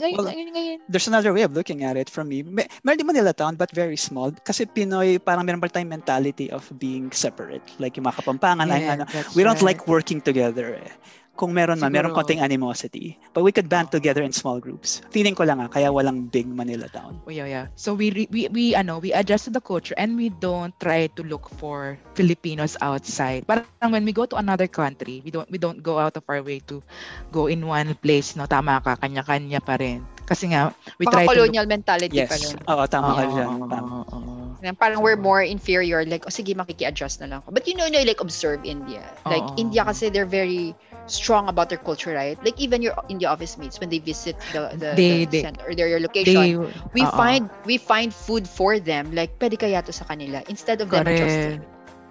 S2: Ngayon,
S1: Wala.
S2: ngayon, ngayon.
S1: There's another way of looking at it from me. May, meron din Manila town but very small. Kasi Pinoy, parang meron pa tayong mentality of being separate. Like yung mga Kapampangan, ay ano, we don't like working together eh. Kung meron man, meron
S2: Siguro.
S1: konting animosity. But we could band
S2: Oo.
S1: together in small groups. Feeling ko lang ah, kaya walang big Manila town.
S2: Oh, yeah, yeah. So we, re- we, we, ano, we adjust to the culture and we don't try to look for Filipinos outside. Parang when we go to another country, we don't, we don't go out of our way to go in one place, no? Tama ka, kanya-kanya pa rin. Kasi nga, we try
S4: Baka
S2: to look...
S4: colonial mentality pa
S1: Yes.
S4: rin.
S1: Oo, tama ka
S2: Oo,
S1: dyan.
S2: oo,
S1: Pam.
S2: oo, oo.
S4: Na parang we're more inferior like oh sige makiki-adjust na lang ako but you know no, like observe India like
S2: Oo.
S4: India kasi they're very strong about their culture right like even your India office mates when they visit the the,
S2: They-
S4: the
S2: they-
S4: center or their
S2: They, uh-uh.
S4: location we
S2: oo.
S4: find we find food for them like pwede kaya to sa kanila instead of them adjusting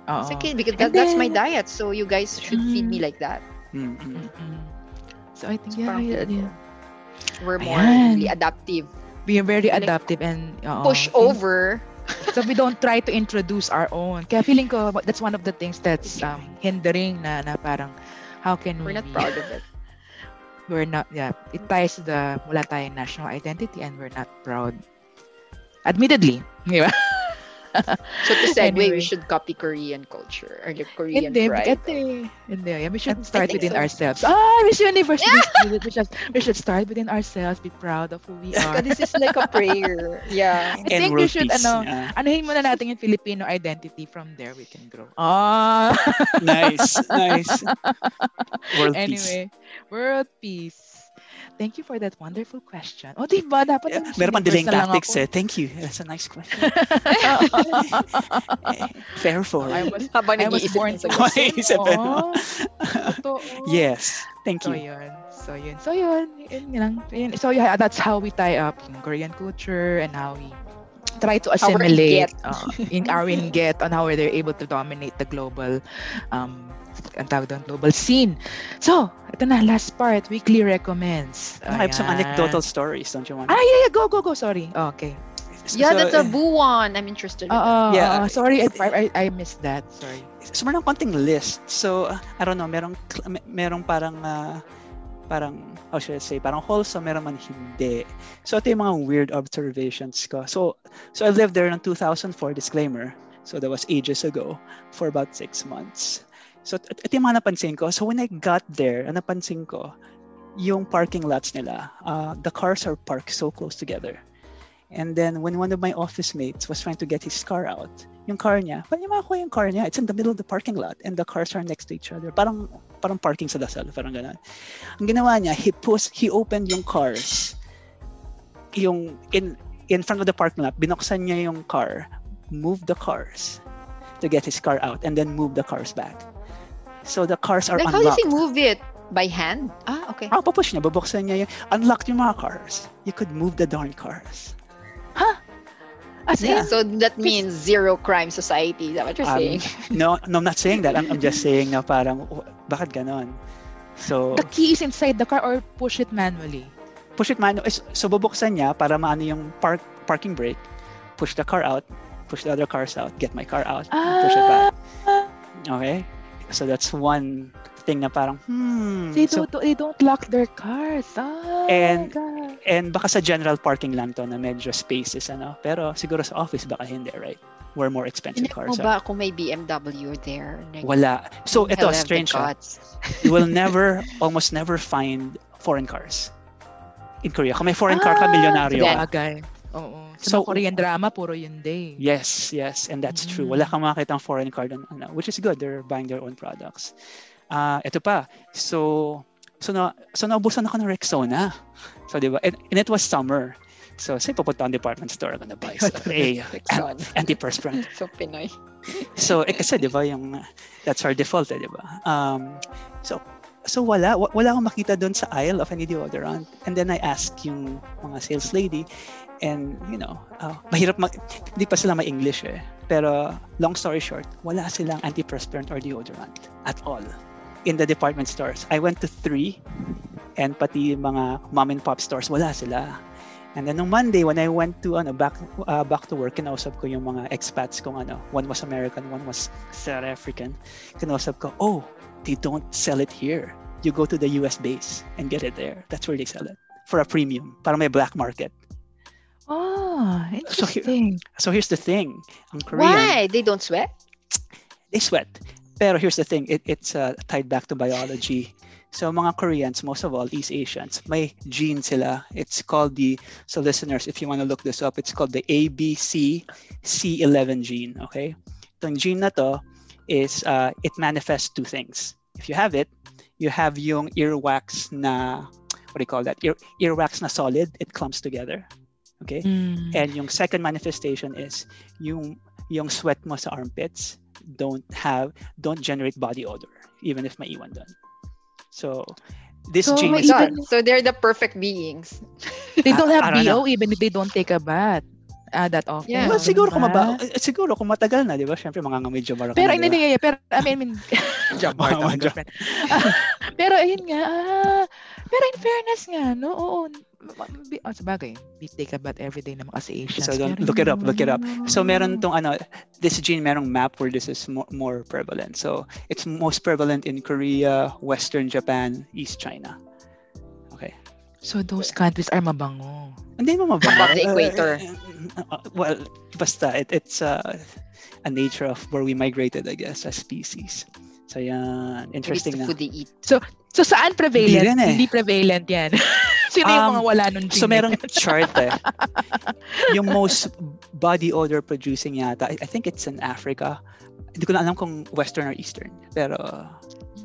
S2: Oo.
S4: It's okay because
S2: And
S4: that, that's my
S2: then-
S4: diet so you guys should feed me
S2: Mm.
S4: like that
S1: Mm, mm.
S2: Mm-mm. So I think
S4: So
S2: yeah,
S4: parang
S2: yeah, yeah.
S4: feeling ko, we're more
S2: Ayan.
S4: really adaptive
S2: we are very
S4: Like,
S2: adaptive and
S1: Oh,
S2: oo.
S4: push over
S2: So we don't try to introduce our own. Kaya feeling ko that's one of the things that's um, hindering na na parang how can we
S4: we're not
S1: Mm-hmm.
S2: be-
S4: proud of it
S2: we're not yeah it ties to the wala tayong national identity and we're not proud admittedly di ba
S4: so to segue
S2: Anyway.
S4: we should copy Korean culture or like Korean
S2: hindi
S4: pride
S2: kasi hindi yeah, we should
S4: I- I
S2: start
S4: think
S2: within
S4: so.
S2: ourselves ah Miss Universe we, we, should, we should start within ourselves be proud of who we are
S4: God, this is like a prayer. Yeah.
S2: I think we
S1: world
S2: should
S1: peace.
S2: ano
S1: Yeah.
S2: Anuhin muna natin yung Filipino identity. From there, we can grow. Ah!
S1: nice, nice. World peace.
S2: anyway, world peace. Thank you for that wonderful question. O, oh, diba? Dapat
S1: Yeah,
S2: nag-
S1: meron pang delaying
S2: universe na lang
S1: tactics
S2: ako.
S1: eh. Thank you. That's a nice question. Eh, Fair for
S2: I was,
S4: Habang
S2: I was
S4: nag-iisip
S2: born
S4: na
S2: to
S4: sila.
S1: Ay, isip eh, no?
S2: Oo. Totoo.
S1: Yes. Thank
S2: So,
S1: you.
S2: yun. So, yun. So, yun. Yun lang. Yun. So, yeah, that's how we tie up yung Korean culture and how we try to
S4: Our
S2: assimilate
S4: inget.
S2: uh, in our inget on how they're able to dominate the global um ang tawag doon, global scene. So, ito na, last part, weekly recommends.
S1: Ah, I have some
S2: Ayan.
S1: anecdotal stories, don't you want?
S2: Ah, yeah, yeah, go, go, go, sorry. Okay.
S1: So, eh. Uh,
S4: Yeah, that's a buwan. I'm interested. in
S2: Oo, oo,
S1: Yeah.
S2: oo. uh, sorry, I, I, I missed that. Sorry.
S1: so meron konting list. So, uh, I don't know, merong, cl- mer- merong parang, ah, parang, how should I say, parang wholesome, meron man hindi. So, ito yung mga weird observations ko. So, so I lived there ng 2004, disclaimer. So, that was ages ago, for about six months. So, it- ito yung mga napansin ko. So, when I got there, ang napansin ko, yung parking lots nila, uh, the cars are parked so close together. And then, when one of my office mates was trying to get his car out, yung car niya, parang yung ko yung car niya, it's in the middle of the parking lot and the cars are next to each other. Parang parang parking sa dasal, parang ganun. Ang ginawa niya, he pus- he opened yung cars. Yung in in front of the parking lot, binuksan niya yung car, moved the cars to get his car out and then moved the cars back. So the cars are
S4: Like, how
S1: uh, unlocked.
S4: does he move it? By hand? Ah, okay.
S1: Ah, papush niya, babuksan niya yung unlocked yung mga cars. You could move the darn cars.
S2: As in,
S1: Yeah.
S4: So that means zero crime society. Is that what you're
S1: Um,
S4: saying?
S1: No, no, I'm not saying that. I'm, I'm just saying na parang, "Oh, bakit ganon? So,
S2: the key is inside the car or push it manually.
S1: push it manu- is- so bubuksan niya para maano yung park parking brake push the car out push the other cars out get my car out push it back
S2: Ah,
S4: Ah.
S1: okay so that's one thing na parang hmm
S2: They
S1: so,
S2: don't, they don't lock their cars. Ah,
S1: And-
S2: God.
S1: and baka sa general parking lang to na medyo spaces ano pero siguro sa office baka hindi right where more expensive
S4: Hindi
S1: cars
S4: mo
S1: are
S4: ba kung may BMW there? Like,
S1: wala so ito
S4: hell have the
S1: strange ah.
S4: gods.
S1: you will never almost never find foreign cars in Korea kung may foreign car ka
S2: Ah,
S1: milyonaryo ka
S2: Sabagay. Oo. Sa
S1: So-
S2: mga Korean drama, puro yun day.
S1: Yes, yes, and that's true. Wala kang makakita ang foreign card on, ano, which is good. They're buying their own products. Ah, ito pa. So, so na so naubusan ako ng Rexona. So, di ba? And, and it was summer. So, say pupunta ang department store, gonna buy stuff. Eh, an- antiperspirant.
S4: So, Pinoy.
S1: So, eh, kasi, di ba, yung, that's our default, eh, di ba? Um, so, so wala, wa- wala akong makita doon sa aisle of any deodorant. And then I asked yung mga sales lady, and, you know, ah, mahirap mag, hindi pa sila ma-English eh. Pero, long story short, wala silang antiperspirant or deodorant at all in the department stores. I went to three, and pati yung mga mom and pop stores, wala sila. And then on Monday, when I went to ano back uh, back to work, kinausap ko yung mga expats kung ano. One was American, one was South African. Kinausap ko, oh, they don't sell it here. You go to the US base and get it there. That's where they sell it for a premium. Para may black market.
S2: Ah,
S1: So, here-
S2: interesting.
S1: So here's the thing. Ang Korean,
S4: Why? They don't sweat?
S1: they sweat. Pero here's the thing, it, it's uh, tied back to biology. So mga Koreans, most of all, East Asians, may gene sila. It's called the, so listeners, if you want to look this up, it's called the ABCC11 gene, okay? Itong gene na to is, uh, it manifests two things. If you have it, you have yung earwax na, what do you call that? Ear, earwax na solid, it clumps together, okay?
S2: Mm.
S1: And yung second manifestation is yung yung sweat mo sa armpits don't have don't generate body odor even if maiwan doon. So this
S2: So,
S1: gene is
S2: may iwan
S1: part-
S4: So they're the perfect beings.
S2: they don't
S1: I-
S2: have
S1: I don't
S2: BO even if they don't take a bath. Ah, that often.
S4: Yeah.
S1: well, siguro kung maba,
S2: Diba?
S1: eh, siguro kung matagal na, 'di ba? Syempre mga nga medyo marami. diba?
S2: Pero, hindi, hindi, pero, I mean, I mean joke,
S1: Mga-
S2: Martha,
S1: mga joke.
S2: girlfriend. Ah, pero, ayun nga, ah, pero in fairness nga, no, oo, ma- ma- bi- oh, sabagay, we take a bath every day naman kasi Asians.
S1: So, don't-
S2: Pero
S1: look it up,
S2: yun,
S1: look it up.
S2: ano.
S1: So meron tong ano, this gene merong map where this is more, more prevalent. So it's most prevalent in Korea, Western Japan, East China. Okay.
S2: So, those countries are mabango.
S1: Hindi mo mabango.
S4: Above the equator.
S1: Uh, well, basta, it, it's uh, a nature of where we migrated, I guess, as species. So, yan.
S4: Maybe it's
S1: Interesting
S4: Mm. the
S1: na.
S4: food they eat.
S2: So, saan prevalent?
S1: Hindi rin eh.
S2: prevalent yan. Sino
S1: Um,
S2: yung mga wala nun?
S1: So,
S2: Jing?
S1: merong chart eh. Yung most body odor producing yata, I, I think it's in Africa. Hindi ko na alam kung Western or Eastern. Pero,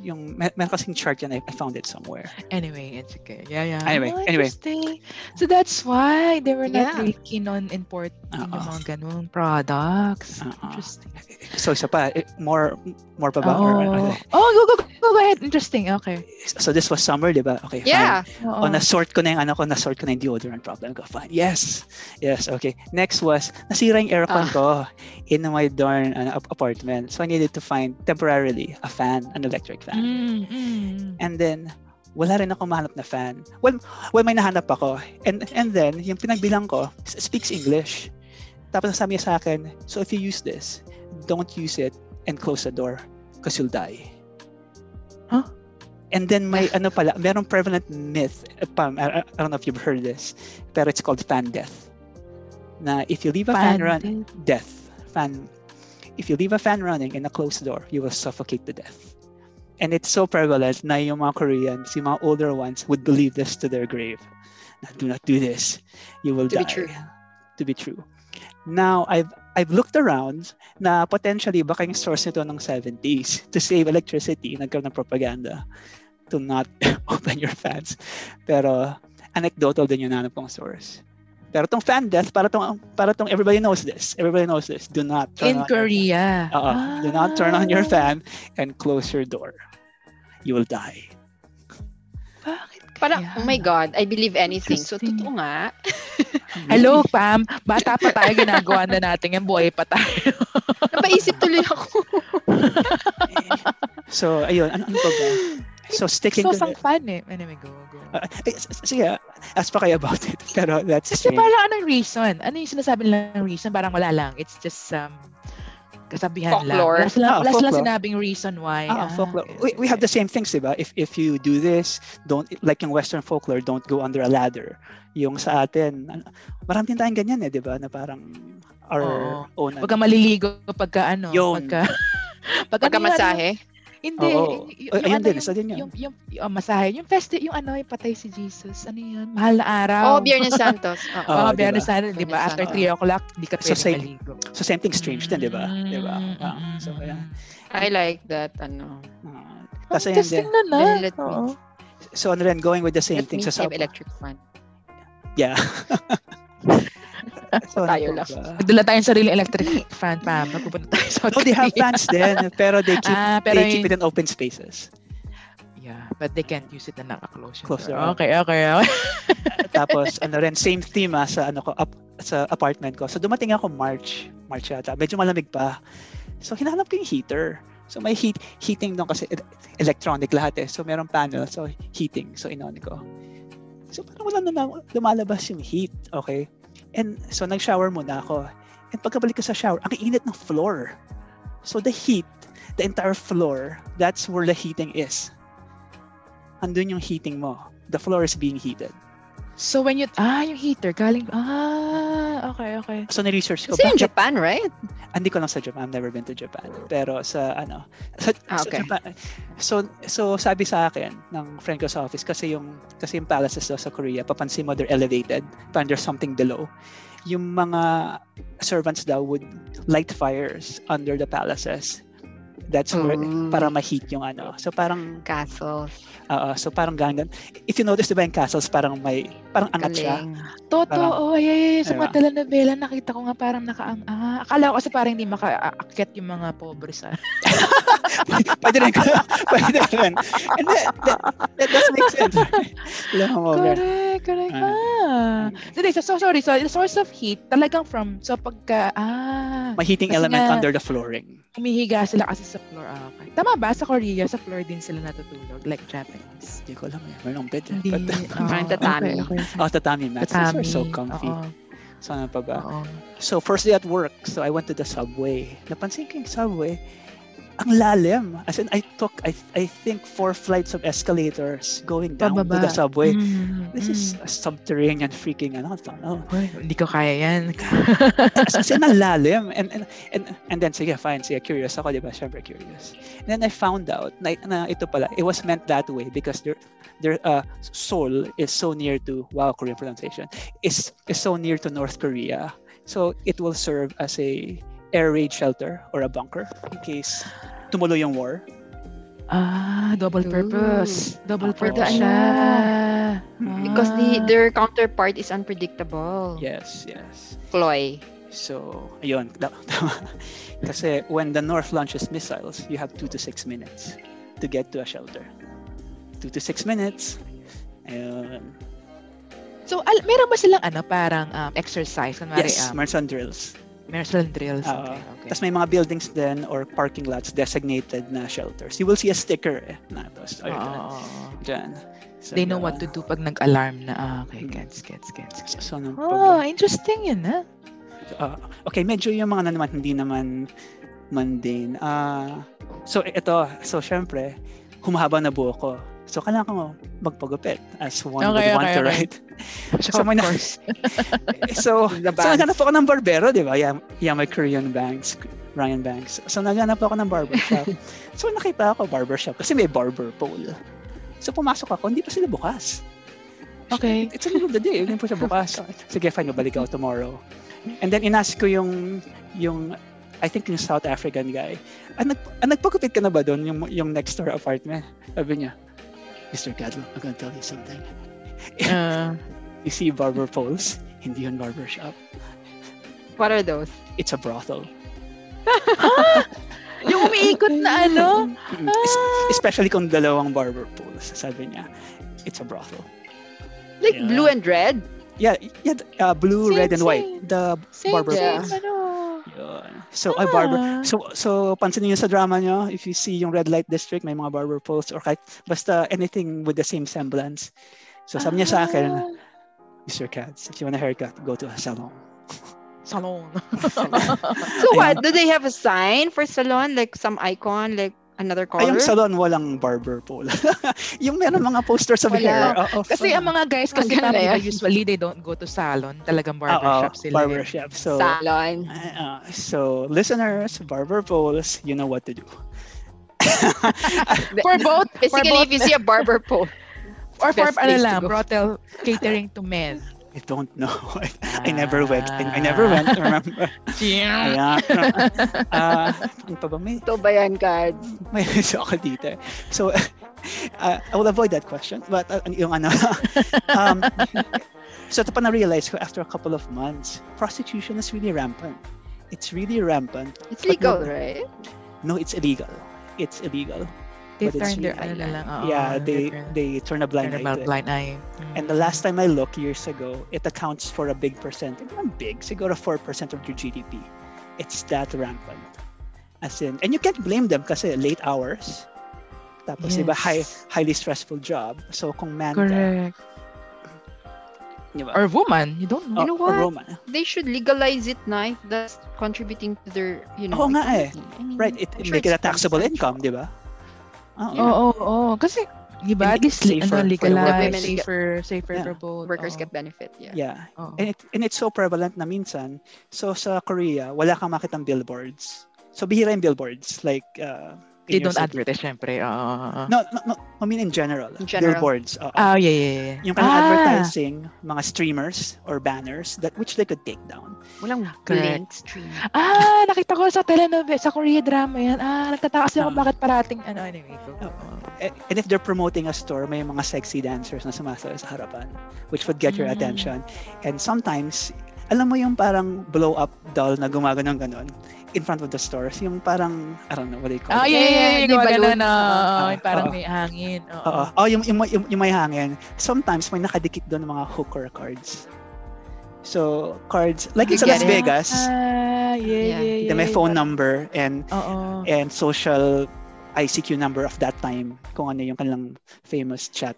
S1: yung, mer- meron kasing chart yan. I, I found it somewhere.
S2: Anyway, it's okay. Yeah, yeah.
S1: Anyway, anyway.
S2: interesting. So that's why they were not
S4: Yeah.
S2: really keen on importing yung
S1: Oo.
S2: mga ganung products.
S1: Oo.
S2: Interesting.
S1: Uh-uh. So, isa pa, eh, more, more pa ba?
S2: Oh.
S1: Or- ano? uh,
S2: oh, go, go, go, go ahead. Interesting. Okay.
S1: so, this was summer, di ba? Okay, fine.
S4: Yeah.
S2: Oo.
S1: Oh, na-sort ko na yung ano ko, na-sort ko na yung deodorant problem ko. Fine. Yes. Yes, okay. Next was, nasira yung aircon ko in my darn ano, ap- apartment. So I needed to find temporarily a fan, an electric fan.
S2: Mm, mm.
S1: And then, wala rin ako mahanap na fan. Well, well may nahanap ako. And and then, yung pinagbilang ko, s- speaks English. Tapos sabi niya sa akin, so if you use this, don't use it and close the door because you'll die.
S2: Huh?
S1: And then may ano pala, merong prevalent myth, uh, Pam, I, I- I don't know if you've heard this, pero it's called fan death. Na if you leave a fan, run,
S2: Panty.
S1: death. Fan, if you leave a fan running in a closed door, you will suffocate to death. And it's so prevalent na yung mga Koreans, yung mga older ones would believe this to their grave. Na, do not do this. You will
S4: To be
S1: die.
S4: true.
S1: To be true. Now, I've I've looked around na potentially baka yung source nito ng 70s to save electricity, nagkaroon ng propaganda to not open your fans. Pero anecdotal din yung nanap kong source. Pero tong fan death, para tong, para tong everybody knows this. Everybody knows this. Do not turn
S2: In
S1: on your-
S2: Korea.
S1: Oo. Do not turn on your
S2: Ah,
S1: fan and close your door. You will die.
S2: Bakit kaya?
S4: Parang, oh my God, I believe anything. So,
S2: Interesting.
S4: totoo nga.
S2: Hello, Pam. Bata pa tayo, ginagawa na natin yan. Buhay pa tayo.
S4: Napaisip tuloy ako.
S1: so, ayun. Ano, ano pa ba? So, sticking
S2: so,
S1: to
S2: sang
S1: the-
S2: fan eh. Anyway, go, go.
S1: Ah, eh, s- s- sige, ask pa kayo about it. Pero that's
S2: Kasi
S1: strange.
S2: parang anong reason? Ano yung sinasabi nilang reason? Parang wala lang. It's just um, kasabihan
S4: Folklore.
S2: lang. Wala silang,
S1: Ah,
S2: wala silang
S1: folklore.
S2: sinabing reason why.
S1: Ah, folklore.
S2: okay,
S1: We, we have the same things, diba? If if you do this, don't like in Western folklore, don't go under a ladder. Yung sa atin, ano, marami din tayong ganyan eh, diba? Na parang our own.
S2: Pagka maliligo, pagka ano,
S1: Yun.
S2: pagka...
S4: ano
S2: pagka
S4: Pagkamasahe.
S2: Hindi.
S1: Oo.
S2: hindi,
S1: Ay, ayun
S2: ano,
S1: din, isa din yun.
S2: Yung, yung, yung oh, masahe. Yung festi, yung ano, yung patay si Jesus. Ano yun? Mahal na araw.
S4: Oh, Biernes Santos. Oo.
S1: Oo,
S2: Oh,
S1: diba?
S2: Biyernes Santo, di ba?
S4: Biyernes
S2: After
S1: Santo.
S2: 3 o'clock, di ka
S1: So,
S2: pwede
S1: say-
S2: maligo. Mm,
S1: so same thing strange din, diba?
S2: Mm-hmm.
S1: Diba? Ah, so, ayan.
S4: I like that. Ano.
S1: Ah,
S2: Ang
S1: tas ayan din.
S2: testing na na.
S4: Then let me-
S2: Oo.
S1: So ano rin, going with the same
S4: Let
S1: thing.
S4: me
S1: So, sa,
S4: save electric fan.
S1: yeah. so, ano
S4: Tayo
S1: pa
S4: lang.
S1: ba?
S2: Magdala tayong sariling electric fan, Pam. Magpupunta tayo sa
S1: No, they have
S2: Korea.
S1: fans then, pero they keep,
S2: Ah, pero
S1: they keep
S2: yun-
S1: it in open spaces.
S2: Yeah, but they can't use it na naka-close yung
S1: Close
S2: door.
S1: their own.
S2: Okay, okay, okay.
S1: Tapos ano rin, same theme ah, sa ano ko up, sa apartment ko. So dumating ako March, March yata. Medyo malamig pa. So hinanap ko yung heater. So may heat heating doon kasi e- electronic lahat eh. So merong panel, so heating. So inon ko. So parang wala na lang- lumalabas yung heat, okay? And so nag-shower muna ako. And pagkabalik ko sa shower, ang init ng floor. So the heat, the entire floor, that's where the heating is. Andun yung heating mo. The floor is being heated.
S2: So when you, ah, yung heater, galing, ah, okay, okay.
S1: So ni-research ko
S4: Kasi yung
S1: bakit-
S4: Japan, right?
S1: hindi ko lang sa Japan, I've never been to Japan. Pero sa ano, sa,
S4: Ah,
S1: sa
S4: okay.
S1: Japan. So so sabi sa akin ng friend ko sa office kasi yung kasi yung palaces daw sa Korea, papansin mo they're elevated, parang there's something below. Yung mga servants daw would light fires under the palaces. That's where
S4: Mm.
S1: para ma-heat yung ano. So parang
S4: Castles.
S1: ah, ah, so parang ganyan. If you notice diba yung castles parang may parang angat Ano siya.
S4: Galing.
S2: Totoo, oh, ay, ay, ay, sa
S1: Diba?
S2: mga telenovela, nakita ko nga parang nakaang, ah, akala ko kasi parang hindi makaakyat yung mga pobre sa,
S1: pwede rin. pwede rin. And that, that, that does make sense. Alam mo, Mer.
S2: correct, correct,
S1: Ah.
S2: ah. Hindi, so, so, sorry, so, the source of heat, talagang from, so pagka, ah,
S1: May heating
S2: Kasi
S1: element
S2: nga-
S1: under the flooring.
S2: humihiga sila kasi sa floor, ah, okay. Tama ba, sa Korea, sa floor din sila natutulog, like Japanese?
S1: Hindi ko alam eh. Meron bed eh.
S2: Hindi,
S1: But,
S2: oo,
S4: Parang tatami.
S2: Okay, okay.
S1: oh, tatami mats. These are so
S2: Tatami,
S1: comfy.
S2: oo,
S1: So, ano pa ba?
S2: oo.
S1: So, first day at work, so I went to the subway. Napansin ko yung subway, ang lalim. As in, I took, I, I think, four flights of escalators going down to
S2: Pababa.
S1: the subway.
S2: Mm,
S1: This is a subterranean freaking ano, tunnel.
S2: mm. Uy, hindi ko kaya yan.
S1: As in, ang lalim. And, and, and, and then, sige, fine, sige, curious ako, di ba? Siyempre, curious. And then I found out na, na ito pala, it was meant that way because their, their uh, Seoul is so near to, wow, Korean pronunciation, is, is so near to North Korea. So, it will serve as a air raid shelter or a bunker in case tumuloy yung war.
S2: Ah, double purpose. Double
S1: Oo.
S2: purpose
S1: Ano?
S2: siya.
S4: Because the
S2: Ah.
S4: their counterpart is unpredictable.
S1: Yes, yes.
S4: Ploy.
S1: So, ayun. da- tama. Kasi when the North launches missiles, you have two to six minutes to get to a shelter. Two to six minutes. Ayun.
S2: So, al- meron ba silang ano, parang um, exercise? Kunwari,
S1: yes,
S2: um,
S1: Marson drills.
S2: meron silang drills.
S1: Oo.
S2: okay, okay.
S1: Tapos may mga buildings din or parking lots designated na shelters. You will see a sticker eh. Na, tapos,
S2: Oo,
S1: ayun,
S2: oo, oo.
S1: dyan. So,
S2: They know
S1: yun.
S2: what to do pag nag-alarm na. Ah, okay,
S1: Mm.
S2: gets, gets, gets.
S1: So, so, nung
S2: Oh, interesting yun, ha?
S1: uh, okay, medyo yung mga ano naman, hindi naman mundane. Ah, so, ito. So, syempre, humahaba na buo ko. So, kailangan ko magpagupit as one
S2: Okay,
S1: would want
S2: okay,
S1: to
S2: okay.
S1: write.
S2: Of
S1: may na-
S2: course.
S1: so, so, ano
S4: The bangs.
S1: naghanap ako ng barbero, di ba? Yeah, yeah, my Korean banks, Ryan Banks. So, naghanap ako ng barbershop. so, nakita ako barbershop kasi may barber pole. So, pumasok ako, hindi pa sila bukas.
S2: Okay.
S1: It's a middle of the day. Hindi po siya bukas. Sige, fine. Babalik ako tomorrow. And then, inask ko yung, yung, I think yung South African guy. Ah, nag, ah, nagpagupit ka na ba doon yung, yung next door apartment? Sabi niya, Mr. Gadlo, I'm gonna tell you something.
S2: Uh,
S1: You see barber poles? Hindi yun barber shop.
S4: What are those?
S1: It's a brothel.
S2: yung umiikot na ano? Ah.
S1: Mm, es- Especially kung dalawang barber poles. Sabi niya, it's a brothel.
S4: Like
S1: Yeah.
S4: blue and red?
S1: Yeah, yeah uh, blue,
S2: Same,
S1: red, and
S2: same.
S1: white. The
S2: Same,
S1: barber
S2: same.
S4: poles.
S2: Ano?
S1: Yun. So, ay, barber.
S2: Ah.
S1: So, so pansinin niyo sa drama niyo, if you see yung red light district, may mga barber poles or kahit basta anything with the same semblance. So, sabi niya sa akin,
S2: Ah,
S1: Mr. Katz, if you want a haircut, go to a salon.
S2: Salon.
S4: So what? Do they have a sign for salon? Like some icon? Like another
S1: Ay,
S4: color?
S1: yung salon, walang barber pole. yung meron mga posters of
S4: Wala.
S1: hair. Oo,
S2: Kasi ang mga guys kasi
S4: Ang ganda
S2: parang,
S4: yan.
S2: diba, usually they don't go to salon. Talagang
S1: Oo,
S2: barbershop sila. eh.
S1: Ah, barbershop. So,
S4: salon.
S1: uh, so, listeners, barber poles, you know what to do.
S2: For both, for
S4: Basically,
S2: both,
S4: if you see a barber pole.
S2: or for ano
S4: best place to
S2: lang,
S4: go.
S2: brothel catering to men.
S1: I don't know. I never went. I, I never went,
S2: Ah.
S1: remember?
S2: Yeah.
S1: Ayan. Ah, ano pa ba? May,
S4: Ito ba yan, Kads?
S1: May reason ako dito. eh. So, uh, I will avoid that question. But uh, yung ano, um, so ito pa na-realize ko after a couple of months, prostitution is really rampant. It's really rampant.
S4: It's
S1: But
S4: legal,
S1: no-
S4: right?
S1: No, it's illegal. It's illegal.
S2: They
S1: But it's
S2: turn their
S1: really
S2: ano na lang. oo,
S1: yeah, they
S2: turn-
S1: they turn a
S2: turn
S1: blind eye to
S2: about
S1: it.
S2: blind eye. Mm.
S1: And the last time I looked years ago, it accounts for a big percent. Hindi naman big, siguro 4% of your GDP. It's that rampant. As in, and you can't blame them kasi late hours. Tapos iba
S2: Yes.
S1: high, highly stressful job. So kung man uh, ka,
S2: Correct.
S1: di ba?
S2: Or woman, you don't know.
S1: Oh,
S4: know
S1: or
S4: what?
S1: Roman.
S4: They should legalize it na if that's contributing to their, you know.
S1: Oo nga eh.
S4: economy. I mean,
S1: Right, it,
S4: I'm
S1: it
S4: sure
S1: make it a
S4: it's
S1: taxable
S4: essential.
S1: income, di ba? Oo.
S2: Oo, oo, oo. Kasi, di ba,
S1: And
S2: at least,
S1: safer
S2: ano,
S1: for the
S2: legalize,
S4: women.
S2: safer, safer
S1: Yeah.
S2: for both.
S4: Workers
S2: oo,
S4: get benefit, yeah.
S1: Oh. Yeah.
S2: oo.
S1: And, it, and it's so prevalent na minsan. So sa Korea, wala kang makitang billboards. So bihira yung billboards. Like, uh,
S2: They
S1: in your
S2: don't
S1: city.
S2: advertise, syempre. oo, oo, oo.
S1: No, no, no. I mean in general.
S4: In general.
S1: Billboards. oo.
S2: Ah, yeah, yeah, yeah.
S1: yung
S2: ah,
S1: kanilang advertising, mga streamers or banners that which they could take down.
S4: Walang
S2: Correct.
S4: link stream.
S2: Ah, nakita ko sa telenovela, sa Korea drama yan. Ah, nagtataka kasi ako
S1: Ah.
S2: bakit parating, ano, anyway. Go,
S1: Oh.
S2: go, go.
S1: A- And if they're promoting a store, may mga sexy dancers na sumasayaw sa harapan, which would get your
S2: Mm.
S1: attention. And sometimes, alam mo yung parang blow-up doll na gumaganon ganon in front of the stores, yung parang, I don't know what they call
S2: Ah,
S1: it.
S2: yeah, yeah, yeah.
S4: Yeah,
S2: Yung
S4: may
S2: ganun,
S4: balloon.
S2: oo,
S1: Ah,
S2: yung parang
S1: oo.
S2: may hangin. Oo.
S1: Oo. Oh, yung, yung, may- yung, yung may hangin. Sometimes, may nakadikit doon ng mga hooker cards. So, cards, like in sa Las
S4: Get it.
S1: Vegas,
S2: ano. Ah, yeah, yeah,
S4: Yeah.
S2: yeah.
S1: na may
S2: yeah.
S1: phone number and
S2: Oo.
S1: and social ICQ number of that time kung ano yung kanilang famous chat.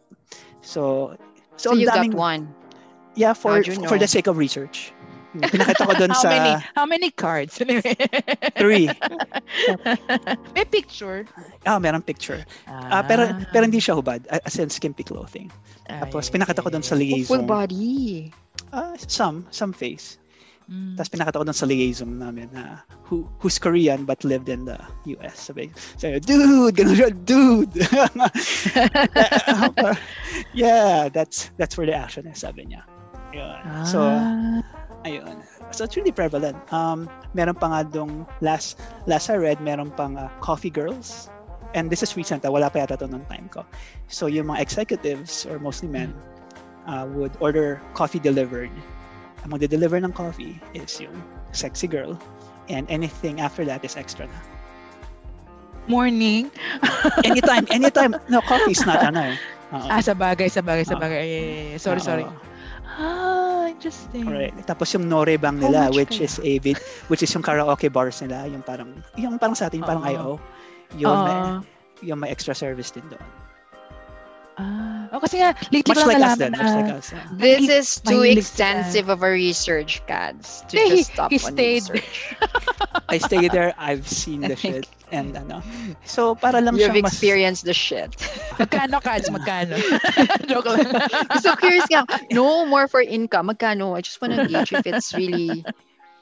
S1: So, so, ang
S4: So, you
S1: daming,
S4: got one.
S1: yeah, for,
S4: How'd you know?
S1: for the sake of research. Hmm, Pinakita ko dun
S2: How
S1: sa
S2: many? How many cards?
S1: three.
S2: May picture.
S1: Ah, merong picture. Ah, pero pero hindi siya hubad. A- As in, skimpy clothing. Tapos, pinakita ko dun sa
S4: Oh, full
S1: liaison.
S4: body.
S1: Ah, some, some face.
S2: Mm.
S1: Tapos, pinakita ko dun sa liaison namin na who, who's Korean but lived in the US. Sabi, sabi dude, ganun siya, dude. yeah, that's that's where the action is, sabi niya. Yun. So,
S2: Ah.
S1: ayun. So, it's really prevalent. Um, meron pa nga dong last, last I read, meron pang ah, coffee girls. And this is recent, ah, wala pa yata to nung time ko. So, yung mga executives, or mostly men, ah, would order coffee delivered. Ang magde-deliver ng coffee is yung sexy girl. And anything after that is extra na.
S2: morning.
S1: Anytime, anytime. No, coffee is not ano eh. Oo.
S2: Ah, sa bagay, sa bagay, sa
S1: Ah.
S2: bagay. Yeah, yeah, yeah. Sorry,
S1: Oo.
S2: sorry. Ah, interesting.
S1: Alright. Mm. Tapos yung norebang
S2: How
S1: nila
S2: much
S1: which
S2: kaya?
S1: is avid which is yung karaoke bars nila yung parang yung parang sa atin yung parang
S2: Oo.
S1: IO. Yun may,
S2: Ah,
S1: yung may extra service din doon.
S2: Ah, oh, kasi nga, lately
S1: Much
S2: ko
S1: like
S2: lang
S1: us
S2: nalaman
S1: then.
S2: na...
S1: Much like us. yeah.
S2: Mahilig-
S4: This is too
S2: mahilig
S4: extensive
S1: uh,
S4: of a research, Cads, to
S2: Hindi,
S4: just stop
S2: he
S4: on
S2: stayed.
S4: research.
S1: I stay there. I've seen the shit. And ano. So, para lang
S4: You've
S1: siyang mas...
S4: experienced the shit.
S2: Magkano, Kads? Magkano? Joke lang.
S4: so curious nga. ako. No, more for income. Magkano? I just wanna gauge if it's really,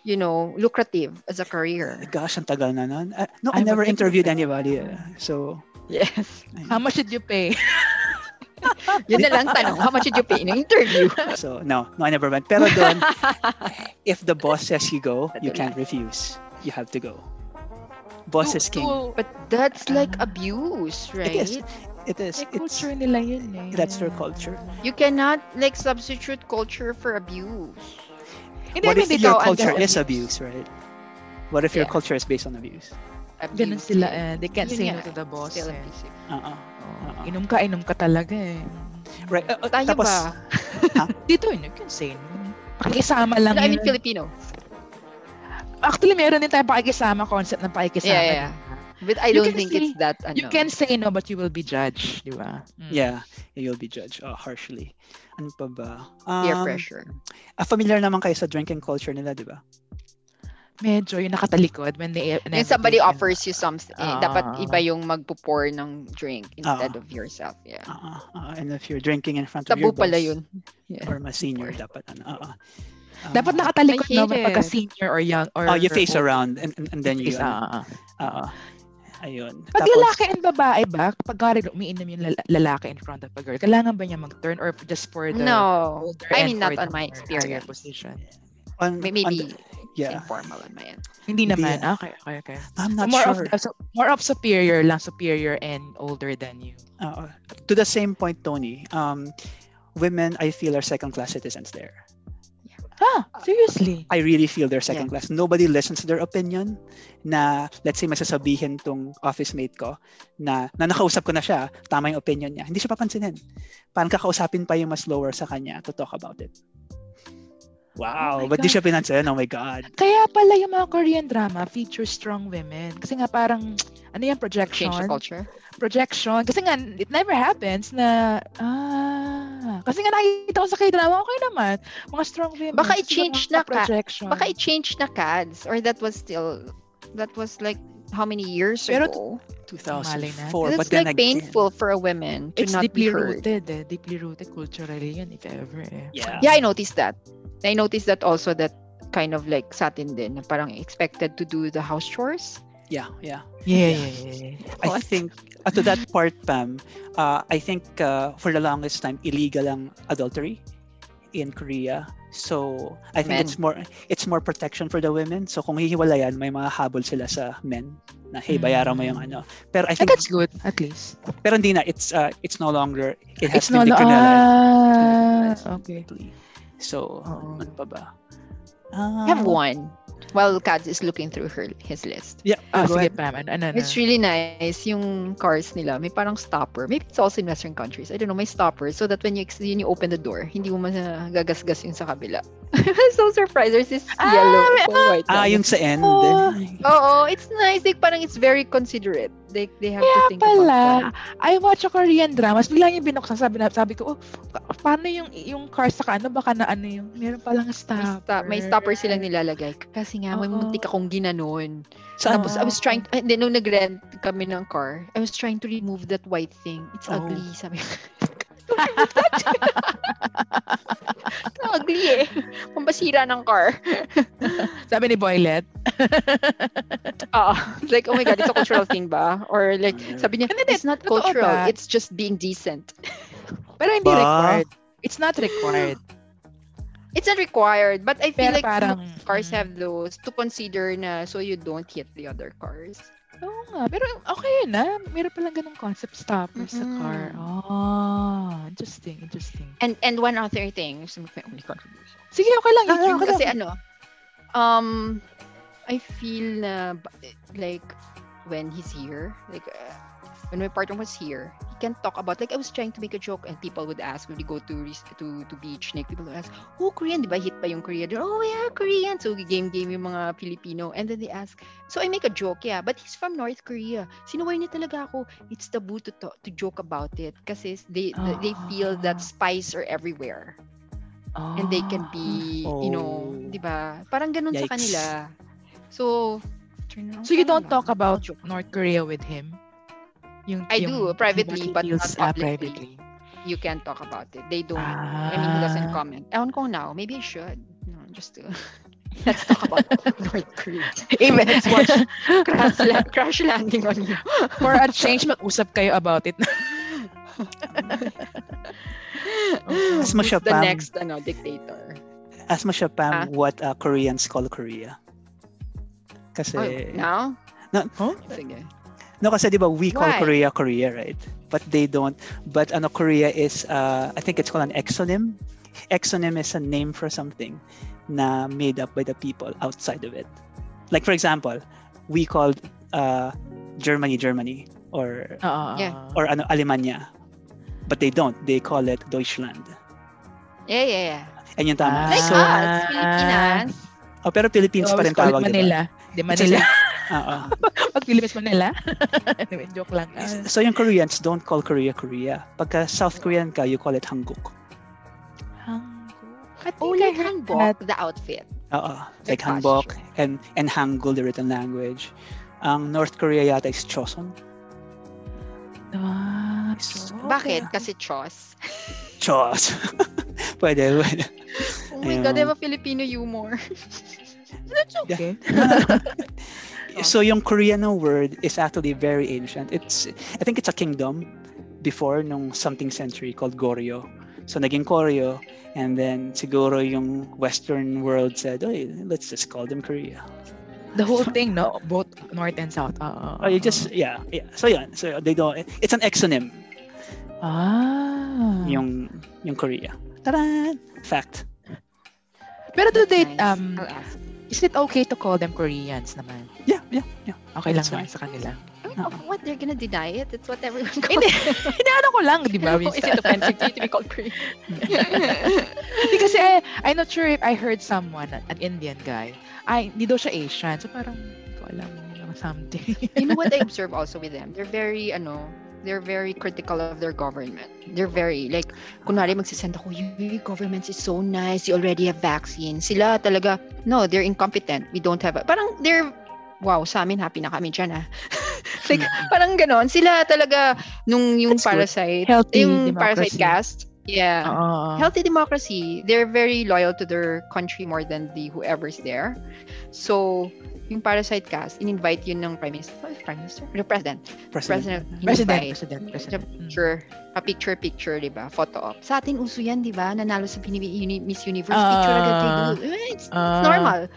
S4: you know, lucrative as a career.
S1: Gosh, ang tagal na nun. Uh, no, I
S2: Ay,
S1: never
S2: maganda
S1: interviewed
S2: pala.
S1: anybody. eh. So,
S4: Yes.
S1: ayun.
S2: How much did you pay?
S4: Yun na lang tanong. How much did you pay in an interview?
S1: so no, no, I never went. Pero doon, if the boss says you go, you
S4: Ito na.
S1: can't refuse. You have to go. Boss is king.
S2: To-
S4: But that's like
S2: Ah.
S4: abuse, right?
S1: It is. It is.
S2: Like,
S1: It's,
S2: culture nila yun eh.
S1: that's their culture.
S4: You cannot like substitute culture for abuse.
S2: Hindi,
S1: What
S2: I
S1: if
S2: mean,
S1: your
S2: ikaw,
S1: culture
S2: under
S1: is
S2: abuse.
S1: abuse, right? What if your
S4: Yeah.
S1: culture is based on abuse?
S4: abuse
S2: Ganun sila
S4: eh.
S2: eh. They can't
S4: Yun
S2: say no
S4: nga
S2: to the
S4: eh.
S2: boss. eh.
S4: Still abusive.
S1: Uh-uh.
S2: Oo. Inom ka, inom ka talaga eh.
S1: Right. uh, uh,
S4: Tayo
S1: tapos,
S4: ba?
S2: Dito yun, you can say no. Pakikisama lang
S4: I
S2: yun.
S4: mean, Filipino.
S2: Actually, meron din tayong pakikisama concept ng pakikisama.
S4: Yeah, yeah.
S2: di ba?
S4: But I
S2: You
S4: don't
S2: can
S4: think
S2: say-
S4: it's that. Ano.
S2: You can say no, but you will be judged, di ba? Mm.
S1: yeah, you'll be judged uh, harshly. Ano pa ba?
S4: peer
S1: Um,
S4: pressure.
S1: ah, familiar naman kayo sa drinking culture nila, di ba?
S2: Mm. Medyo yung nakatalikod when they... e-
S4: When
S2: inevitably-
S4: somebody offers you something,
S2: eh. Ah.
S4: dapat iba yung magpo-pour ng drink instead
S1: Ah.
S4: of yourself. Yeah.
S1: Uh-uh. uh, and if you're drinking in front of your
S4: Tabu
S1: boss
S4: pala yun. Yeah.
S1: or mas senior, dapat ano. Uh-uh. Uh,
S2: Dapat nakatalikod
S4: I hate
S2: naman pagka
S4: it.
S2: senior or young or...
S1: Oh, you face
S2: or-
S1: around and, and, and then you,
S2: Face,
S1: ano,
S2: ah, ah, ah.
S1: Oo. Ayun.
S2: Pag
S1: Tapos,
S2: lalaki and babae ba, pag kari umiinom yung lala- lalaki in front of a girl, kailangan ba niya mag-turn or just for the
S4: No.
S2: older
S4: I
S2: and
S4: mean,
S2: for
S4: not
S2: the
S4: on my
S2: more higher
S4: experience.
S2: position?
S1: on-
S4: May-
S1: on the-
S4: Maybe
S1: yeah.
S4: it's informal on my end.
S2: Hindi
S1: Hindi
S2: naman.
S1: yan.
S2: Ah, Okay, okay, okay.
S1: I'm not
S2: So more
S1: sure.
S2: of so more of superior lang, superior and older than you.
S1: Oo. Uh, to the same point, Tony, um, women, I feel, are second-class citizens there.
S2: Ah, seriously?
S1: I really feel they're second class. Nobody listens to their opinion na, let's say, masasabihin tong office mate ko na, na nakausap ko na siya, tama yung opinion niya. Hindi siya papansinin. Parang kakausapin pa yung mas lower sa kanya to talk about it. Wow,
S2: Oh my
S1: but di
S2: God.
S1: siya pinansin? Oh my God.
S2: Kaya pala yung mga Korean drama feature strong women. Kasi nga parang ano yan projection?
S4: Change the culture.
S2: Projection. Kasi nga it never happens na ah kasi nga nakikita ko sa K-drama okay naman. Mga strong women.
S4: Baka
S2: Tapos
S4: i-change
S2: yung mga
S4: na ka-
S2: projection.
S4: Baka i-change na CADS or that was still, that was like how many years
S2: Pero
S4: ago?
S1: 2004.
S4: It's
S1: but then
S4: like
S1: again,
S4: painful for a woman to
S2: It's
S4: not be
S2: deeply
S4: heard.
S2: rooted eh. Deeply rooted culturally yun if ever eh.
S1: Yeah.
S4: Yeah, I noticed that. I noticed that also that kind of like sa atin din, na parang expected to do the house chores.
S1: Yeah, yeah.
S2: Yeah, yeah, yeah. yeah.
S1: I
S4: What?
S1: think uh, to that part, Pam, uh, I think uh, for the longest time illegal ang adultery in Korea. So I think
S4: Men.
S1: it's more it's more protection for the women. So kung hihiwalayan, may mga habol sila sa men na hey bayaran mo yung ano.
S2: Mm.
S1: Pero I
S2: And
S1: think
S2: that's good at least.
S1: pero hindi na it's uh, it's no longer it has
S2: It's
S1: been
S2: not
S1: decriminalized.
S2: ah, okay.
S1: So
S2: Oo.
S1: ano pa ba?
S4: I have
S1: Ah,
S4: one. While Cads is looking through her his list.
S1: Yeah,
S2: Ah,
S1: go
S2: sige,
S1: ahead.
S2: Pam. Ano, ano, ano?
S4: It's really nice yung cars nila. May parang stopper. Maybe it's also in Western countries. I don't know. May stopper so that when you, ex- yun, you open the door, hindi mo magagasgas yung sa kabila. I'm so surprised. There's this
S2: Ah,
S4: yellow
S2: may-
S4: or white.
S1: Ah,
S4: line.
S1: yung sa end.
S2: Oh.
S1: eh.
S4: Oo, it's nice. Like, parang it's very considerate. Like, they have to
S2: Kaya
S4: think
S2: pala,
S4: about that.
S2: I watch a Korean dramas. Bigla yung binuksan. Sabi, na, sabi ko, oh, ka- paano yung, yung car sa ano? Baka na ano yung, meron palang
S4: May,
S2: stopper.
S4: sta- may stopper silang nilalagay. Kasi nga, may
S2: Oo.
S4: muntik akong ginanon.
S1: Saan
S4: Tapos, I was
S2: Ah.
S4: trying, to, hindi, nung nag-rent kami ng car, I was trying to remove that white thing. It's
S1: Oh.
S4: ugly, sabi ko. It's ugly eh. Pambasira ng car.
S2: Sabi ni Boylet.
S4: Oo. Like, oh my God, it's a cultural thing ba? Or like,
S2: Oh,
S1: Ah,
S4: sabi niya,
S2: Hindi, hindi,
S4: it's not
S2: totoo ba?
S4: cultural. It's just being decent.
S2: Pero hindi
S1: Ba?
S2: required. It's not required.
S4: It's not required, but I feel
S2: Pero
S4: like
S2: parang...
S4: cars
S2: mm,
S4: have those to consider na so you don't hit the other cars.
S2: mm. Oo nga. Pero okay yun ah. Meron palang ganong concept stopper sa
S4: Mm-mm.
S2: car. Oh, interesting, interesting.
S4: And and one other thing, so my only contribution.
S2: Sige, Ah, okay lang.
S4: Yung
S2: yun.
S4: kasi ano, um, I feel na b- like when he's here, like uh, when my partner was here, he can't talk about like I was trying to make a joke and people would ask when we go to res- to to beach like people would ask oh Korean di ba hit pa yung Korea They're, oh yeah Korean so game game yung mga Filipino and then they ask so I make a joke yeah but he's from North Korea sinuway niya talaga ako it's taboo to to, to joke about it kasi they
S2: Ah.
S4: they feel that spies are everywhere
S2: Ah.
S4: and they can be you know
S1: Oh.
S4: di ba parang ganun
S1: Yikes.
S4: sa kanila so
S2: So you don't
S4: Wala.
S2: talk about North Korea with him? Yung,
S4: I do, privately,
S2: yung
S4: but not
S2: details, ah,
S4: publicly. you can't talk about it. They don't. I mean, he doesn't
S2: Ah.
S4: comment. Ewan ko now. Maybe I should. No, just to... Let's talk about North Korea.
S2: Amen.
S4: Let's watch crash, la- crash landing on you.
S2: For a change, mag-usap kayo about it.
S1: Mas masya
S4: Who's the
S1: pam.
S4: next ano, dictator.
S1: As much as Pam,
S4: Ah.
S1: what uh, Koreans call Korea. Kasi,
S4: Oh, now?
S2: Huh?
S4: Sige.
S1: no, kasi di ba we call
S4: Why?
S1: Korea Korea, right? But they don't. But ano, Korea is, uh, I think it's called an exonym. Exonym is a name for something na made up by the people outside of it. Like, for example, we called uh, Germany Germany or
S2: Oo.
S4: Yeah.
S1: or ano Alemania. But they don't. They call it Deutschland.
S4: Yeah, yeah, yeah.
S1: And yung tama.
S2: Ah.
S4: Like
S1: so,
S4: us, Pilipinas.
S1: oh, pero Philippines
S2: So,
S1: pa
S2: I
S1: rin
S2: was called
S1: tawag, di ba?
S2: Manila. Di Manila.
S1: Oo.
S2: Pag Philippines, Manila. anyway, joke lang. Ah.
S1: Uh, So yung Koreans don't call Korea Korea. Pagka South Korean ka, you call it Hanguk.
S4: I think
S2: Oh,
S4: oh,
S2: like
S4: like Hanbok, the outfit.
S1: Oo. Like
S4: Like
S1: Hanbok and and Hangul, the written language. Ang North Korea yata is Choson.
S2: Ah, so-
S4: Bakit? Kasi Chos.
S1: Chos. pwede, pwede.
S4: Oh my
S1: Ayun.
S4: God, they have a Filipino humor.
S2: That's okay.
S1: So yung Korean word is actually very ancient. It's I think it's a kingdom before nung something century called Goryeo. So naging Koryo and then siguro yung western world said, "Oy, let's just call them Korea."
S2: The whole thing, no? Both North and South. Oo.
S1: Oh, you just yeah, yeah. So yeah, so they don't it's an exonym
S2: Ah.
S1: yung yung Korea. Tara! Fact.
S2: Pero to
S4: That's
S2: date,
S4: nice.
S2: um,
S4: I'll ask.
S2: is it okay to call them Koreans naman?
S1: Yeah, yeah, yeah.
S2: Okay lang
S1: That's
S2: naman sa kanila.
S4: I mean, of what? They're gonna deny it? It's what everyone calls
S2: Hindi. Inaano ko lang, di ba?
S4: Is
S2: minsan?
S4: it offensive to you to be called Korean?
S2: Hindi kasi, I, I'm not sure if I heard someone, an Indian guy, ay, hindi daw siya Asian. So parang, hindi ko alam, yun lang something.
S4: you know what I observe also with them? They're very, ano, they're very critical of their government. They're very, like, kunwari magsisend ako, your government is so nice, you already have vaccine. Sila talaga, no, they're incompetent. We don't have, a, parang they're, wow, sa amin, happy na kami dyan, ah. like,
S2: Mm-hmm.
S4: parang ganon. Sila talaga, nung yung
S1: That's good.
S4: parasite,
S2: Healthy
S4: yung
S2: democracy.
S4: parasite cast, yeah.
S2: Oo.
S4: healthy democracy, they're very loyal to their country more than the whoever's there. So, yung parasite cast, in-invite yun ng prime minister, oh, prime minister, the president,
S1: President.
S4: president,
S2: President,
S4: invite,
S2: president, president. Mm.
S4: picture, a picture, picture, di ba? Photo op. Sa atin, uso yan, di ba? Nanalo sa Pini- Uni- Miss Universe, picture agad they do. Eh, It's, it's
S2: Ah.
S4: normal.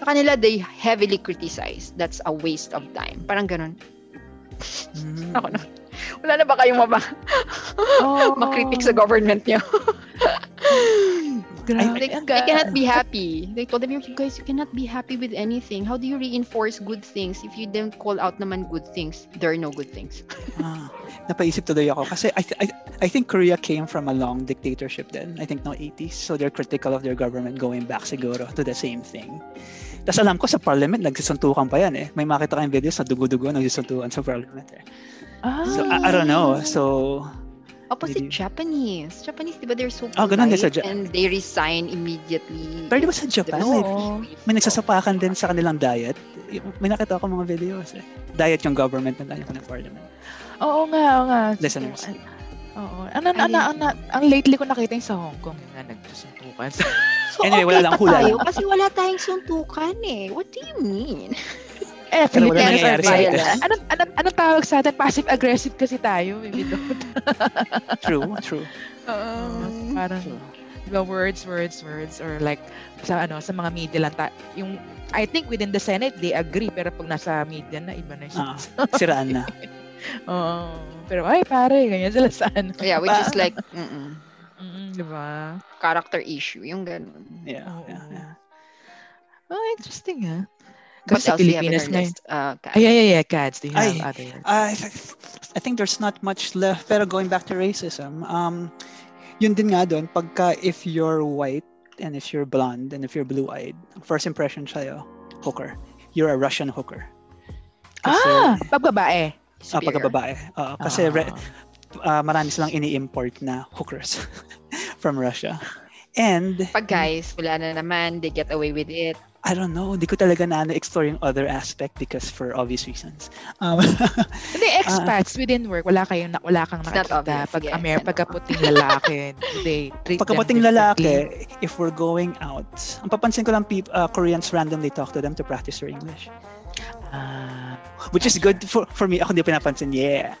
S4: Sa kanila, they heavily criticize. That's a waste of time. Parang ganun.
S1: Mm.
S4: Ako na. Wala na ba kayong maba-
S2: Oh,
S4: makritik sa government niyo?
S2: Grabe.
S4: They,
S2: Ang
S4: they
S2: ga-
S4: cannot be happy. They told them, you guys, you cannot be happy with anything. How do you reinforce good things if you don't call out naman good things? There are no good things.
S1: Ah, napaisip tuloy ako kasi I, th- I I think Korea came from a long dictatorship then. I think no 80s. So they're critical of their government going back siguro to the same thing. Tapos alam ko sa parliament nagsisuntukan pa yan eh. May makita kayong videos na dugo-dugo nagsisuntukan sa parliament eh.
S2: Ah.
S1: So I, I don't know. So
S4: Opposite
S1: Maybe.
S4: Japanese. Japanese, di ba, they're so
S1: Oh, ganun din sa
S4: polite
S1: Ja-
S4: and they resign immediately.
S1: pero di ba sa Japan
S4: Diba?
S1: may,
S2: Oo.
S1: may nagsasapakan din sa kanilang diet? May nakita ako mga videos eh. Diet yung government ng kanyang ng parliament.
S2: Oo nga, oo nga.
S1: Listeners.
S2: So, Oo. Ang, ang,
S4: Ay,
S2: ang, ang, ang lately ko nakita yung sa Hong Kong, yung nga nagsusuntukan.
S4: So,
S1: Anyway,
S4: okay
S1: wala lang,
S4: pa
S1: hula
S4: tayo
S1: lang.
S4: kasi wala tayong suntukan eh. What do you mean?
S2: eh,
S1: Pero wala
S2: Filipinos are
S1: nangyayari sa
S2: violent.
S1: atin.
S2: Ano, ano, ano tawag sa atin? Passive-aggressive kasi tayo. eh, Maybe don't.
S1: True, true.
S4: Um,
S2: Parang,
S1: true.
S2: diba, words, words, words. Or like, sa ano, sa mga media lang. Ta- yung, I think within the Senate, they agree. Pero pag nasa media na, iba na yung
S1: Ah, siraan na.
S2: Oo. Pero, ay, pare, ganyan sila sa ano.
S4: yeah, which is like, mm
S2: Mm, diba?
S4: character issue. Yung ganun.
S1: Yeah, yeah, yeah.
S2: Oh, interesting ah. Kasi
S4: What else do you have in
S2: Pilipinas
S4: your
S1: eh.
S2: na
S4: list? Uh, Kat?
S2: Ay, ay, ay, ay, Kads, do you have
S1: Ay.
S2: other?
S1: I, th- I think there's not much left. Pero going back to racism, um, yun din nga doon, pagka if you're white, and if you're blonde, and if you're blue-eyed, ang first impression sa'yo, hooker. You're a Russian hooker.
S2: ah, pagbabae.
S1: ah, pagkababae. Oo, kasi re-
S2: Ah.
S1: ah, marami silang ini-import na hookers from Russia. And
S4: Pag guys, wala na naman, they get away with it.
S1: I don't know, di ko talaga na explore yung other aspect because for obvious reasons. Um,
S2: Hindi, expats within work, wala kayong, na- wala kang
S4: It's not
S2: nakakita.
S4: obvious.
S2: Pag
S4: Yeah,
S2: Amer,
S4: I know.
S2: pagkaputing lalaki, they treat them
S1: pagkapating
S2: differently.
S1: lalaki, if we're going out, ang papansin ko lang peop- ah, Koreans randomly talk to them to practice their English.
S2: Ah.
S1: Which is good for, for me. Ako hindi pinapansin, yeah.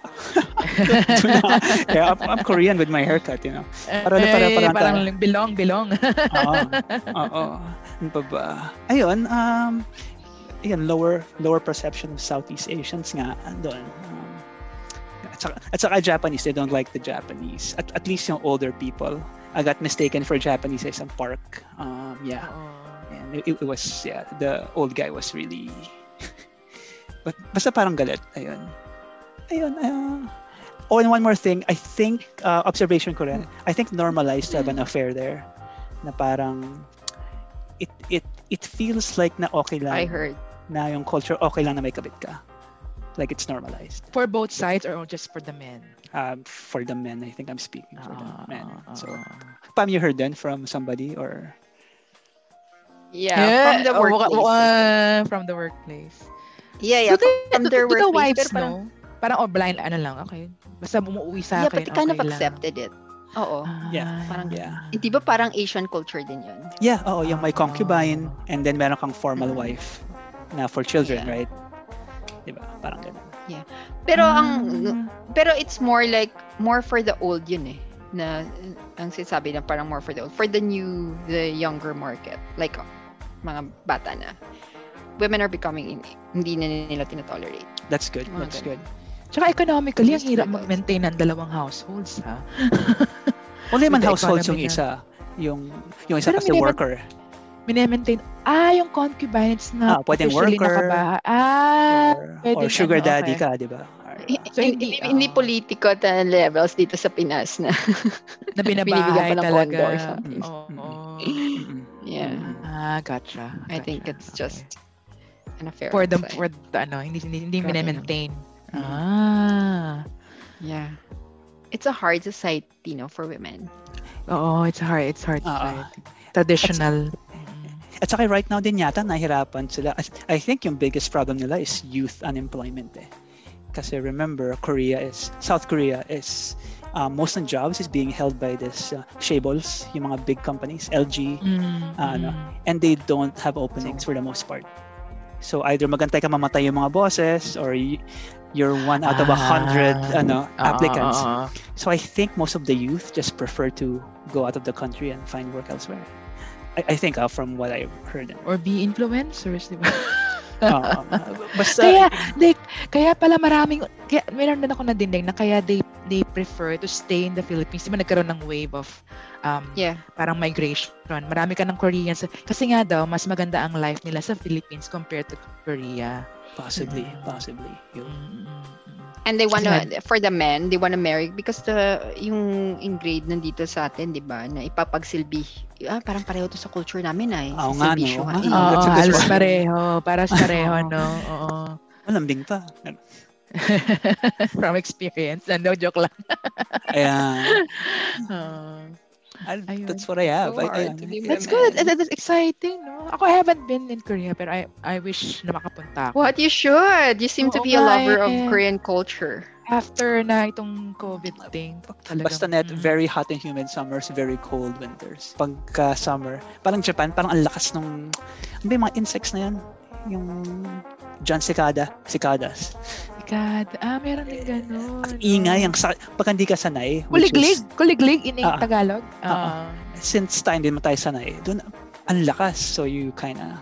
S1: yeah I'm, I'm Korean with my haircut, you know. Para-
S2: Ay,
S1: para- parang
S2: Eh, parang
S1: tayo.
S2: belong, belong.
S1: Oo. Oo. Ano pa ba? Ayun, um, ayun, lower lower perception of Southeast Asians nga doon. Um, at saka, at saka Japanese, they don't like the Japanese. At, at least yung older people. I got mistaken for Japanese at some park. Um, yeah. And it, it was, yeah, the old guy was really... but, basta parang galit. Ayun. Ayun. ah. oh, and one more thing. I think, uh, observation ko rin, I think normalized to have an affair there. Na parang, it, it, it feels like na okay lang.
S4: I heard.
S1: Na yung culture, okay lang na may kabit ka. Like it's normalized.
S2: For both sides or just for the men?
S1: Um, for the men, I think I'm speaking for
S2: Ah,
S1: the men.
S2: ah,
S1: So,
S2: ah.
S1: Pam, you heard then from somebody or...
S4: Yeah, from the
S2: oh, wa-
S4: workplace.
S2: wa-
S4: I think.
S2: from the workplace.
S3: Yeah, yeah.
S2: Do they,
S3: from
S2: do,
S3: their
S2: do the
S3: workplace,
S2: wives
S3: pero parang-
S2: know? Parang oh, blind, ano lang, okay. Basta bumuwi sa
S4: yeah,
S2: akin,
S4: but they kind
S2: okay
S4: of accepted it. Oo.
S2: Lang.
S1: Yeah,
S2: Ah.
S4: parang
S1: Yeah.
S4: Eh, Di ba parang Asian culture din yun?
S1: Yeah, oo, yung may
S2: Ah.
S1: concubine and then meron kang formal
S4: Mm.
S1: wife na for children,
S4: Yeah.
S1: right? Diba? Parang ganun.
S4: Pero ang
S2: Ah.
S4: pero it's more like more for the old yun eh na ang sinasabi na parang more for the old for the new the younger market like mga bata na women are becoming in, hindi na nila tinotolerate
S1: That's good.
S4: Mga
S1: That's good.
S4: ganun.
S2: Tsaka economically, ang
S4: Just
S2: hirap
S4: like us.
S2: mag-maintain ng dalawang households, ha?
S1: Only man
S2: the
S1: households yung
S2: economy na-
S1: isa. Yung yung isa
S2: Pero
S1: kasi
S2: hindi ba-
S1: worker.
S2: Minemaintain, ah, yung concubines
S1: Ah,
S2: na
S1: pwedeng
S2: officially
S1: worker.
S2: nakabaha.
S1: or,
S2: Ah,
S1: or
S2: pwedeng
S1: sugar
S2: ano,
S1: daddy
S2: okay.
S1: ka, di ba? Or- uh,
S2: So, hindi- ah,
S4: hindi, hindi
S2: oo.
S4: politiko ta levels dito sa Pinas na
S2: na
S4: Binibigyan
S2: binabahay
S4: pa ng
S2: talaga. Oh.
S4: condo or something.
S2: Oo.
S1: Mm-mm.
S4: yeah
S1: Mm-mm.
S2: Ah, gotcha.
S4: I think
S2: Gotcha.
S4: it's just eh. an affair
S2: for the
S4: outside.
S2: for the ano hindi hindi, hindi
S4: Grabe
S2: minemaintain.
S1: naman.
S2: Uh-huh. Ah.
S4: yeah it's a hard society no for women
S2: Oo, it's hard. It's hard.
S1: Oo.
S2: right. Traditional. Mm.
S1: At saka right now din yata nahihirapan sila. I, I think yung biggest problem nila is youth unemployment eh. Kasi remember, Korea is, South Korea is, uh, most ng jobs is being held by this uh, shables, yung mga big companies, LG,
S2: Mm,
S1: Ah, ano.
S2: mm.
S1: and they don't have openings for the most part. So either magantay ka mamatay yung mga bosses or y- you're one out of a hundred
S2: Ah.
S1: ano, applicants.
S2: Oo, oo, oo.
S1: So I think most of the youth just prefer to go out of the country and find work elsewhere. I, I think uh, from what I heard.
S2: Or be influencers, di ba?
S1: Um, basta,
S2: kaya, they, kaya pala maraming, kaya, meron din ako nadinig na kaya they, they prefer to stay in the Philippines. Di ba nagkaroon ng wave of um,
S4: yeah
S2: parang migration. Marami ka ng Koreans. Kasi nga daw, mas maganda ang life nila sa Philippines compared to Korea.
S1: possibly,
S2: Mm.
S1: possibly. Yun.
S2: Mm, mm, mm.
S4: And they wanna,
S2: Sila-
S4: for the men, they wanna marry because the, yung in grade nandito sa atin, di ba, na ipapagsilbi. Ah, parang pareho to sa culture namin ah, eh, ay.
S1: Oo nga, no?
S4: Silbisyuhan.
S1: Ah,
S2: Oo,
S1: that's a good
S2: halos
S1: one.
S2: pareho. Paras pareho, no? Oo.
S1: Malambing pa.
S2: From experience. Ah, No, joke lang.
S1: Ayan.
S2: Oo.
S1: Al-
S2: Ayun.
S1: that's what I have.
S4: So
S1: I-
S4: hard
S1: ayan.
S4: to be with
S2: That's
S4: Yeah,
S2: good.
S4: man.
S2: And that's exciting, no? Ako, I haven't been in Korea, pero I, I wish na makapunta ako.
S4: What? You should! You seem to
S2: Oo
S4: be a
S2: nga
S4: lover of
S2: eh.
S4: Korean culture.
S2: After na itong COVID thing. Talagang,
S1: Basta net,
S2: mm.
S1: very hot and humid summers, very cold winters. Pagka summer, parang Japan, parang ang lakas nung, ano ba yung mga insects na yan? Yung John Cicada, cicadas.
S2: God. Ah, meron din ganun. oh.
S1: Ang ingay, ang sa pagka hindi ka sanay, which is,
S2: Kuliglig. Kuliglig in
S1: Ah, ah.
S2: Tagalog.
S1: Ah, ah.
S2: Ah.
S1: since time din mo tayo sanay, dun, ang lakas. So you kinda,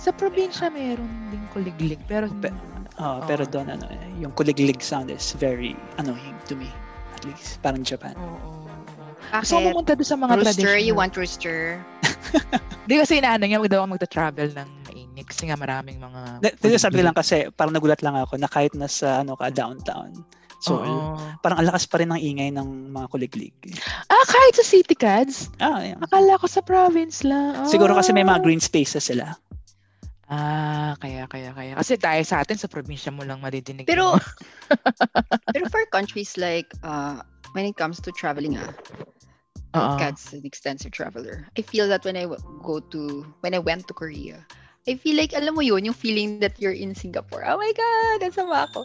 S2: Sa probinsya meron din kuliglig pero
S1: Pe- uh, pero
S2: Oo.
S1: dun, ano, eh, yung kuliglig sound is very annoying to me, at least. Parang Japan.
S2: oo. oo, oo.
S4: Bakit?
S2: Gusto ko pumunta doon sa mga
S4: rooster,
S2: traditional.
S4: you want rooster?
S2: Hindi kasi inaano niya, wag daw ako magta-travel ng maingay. technique kasi nga maraming mga
S1: Th- Sinasabi ko lang kasi, parang nagulat lang ako na kahit nasa ano ka, downtown. So,
S2: Oo.
S1: parang ang lakas pa rin ng ingay ng mga kuliglig.
S2: Ah, kahit sa city cads?
S1: Ah, ayun.
S2: Akala ko sa province lang. Ah.
S1: Siguro kasi may mga green spaces sila.
S2: Ah, kaya, kaya, kaya. Kasi tayo sa atin, sa probinsya mo lang madidinig.
S3: Pero-
S2: mo.
S4: Pero for countries like, uh, when it comes to traveling, ah,
S2: Oo.
S4: Kat's an extensive traveler. I feel that when I w- go to, when I went to Korea, I feel like, alam mo yun, yung feeling that you're in Singapore. Oh my God, ang sama ako.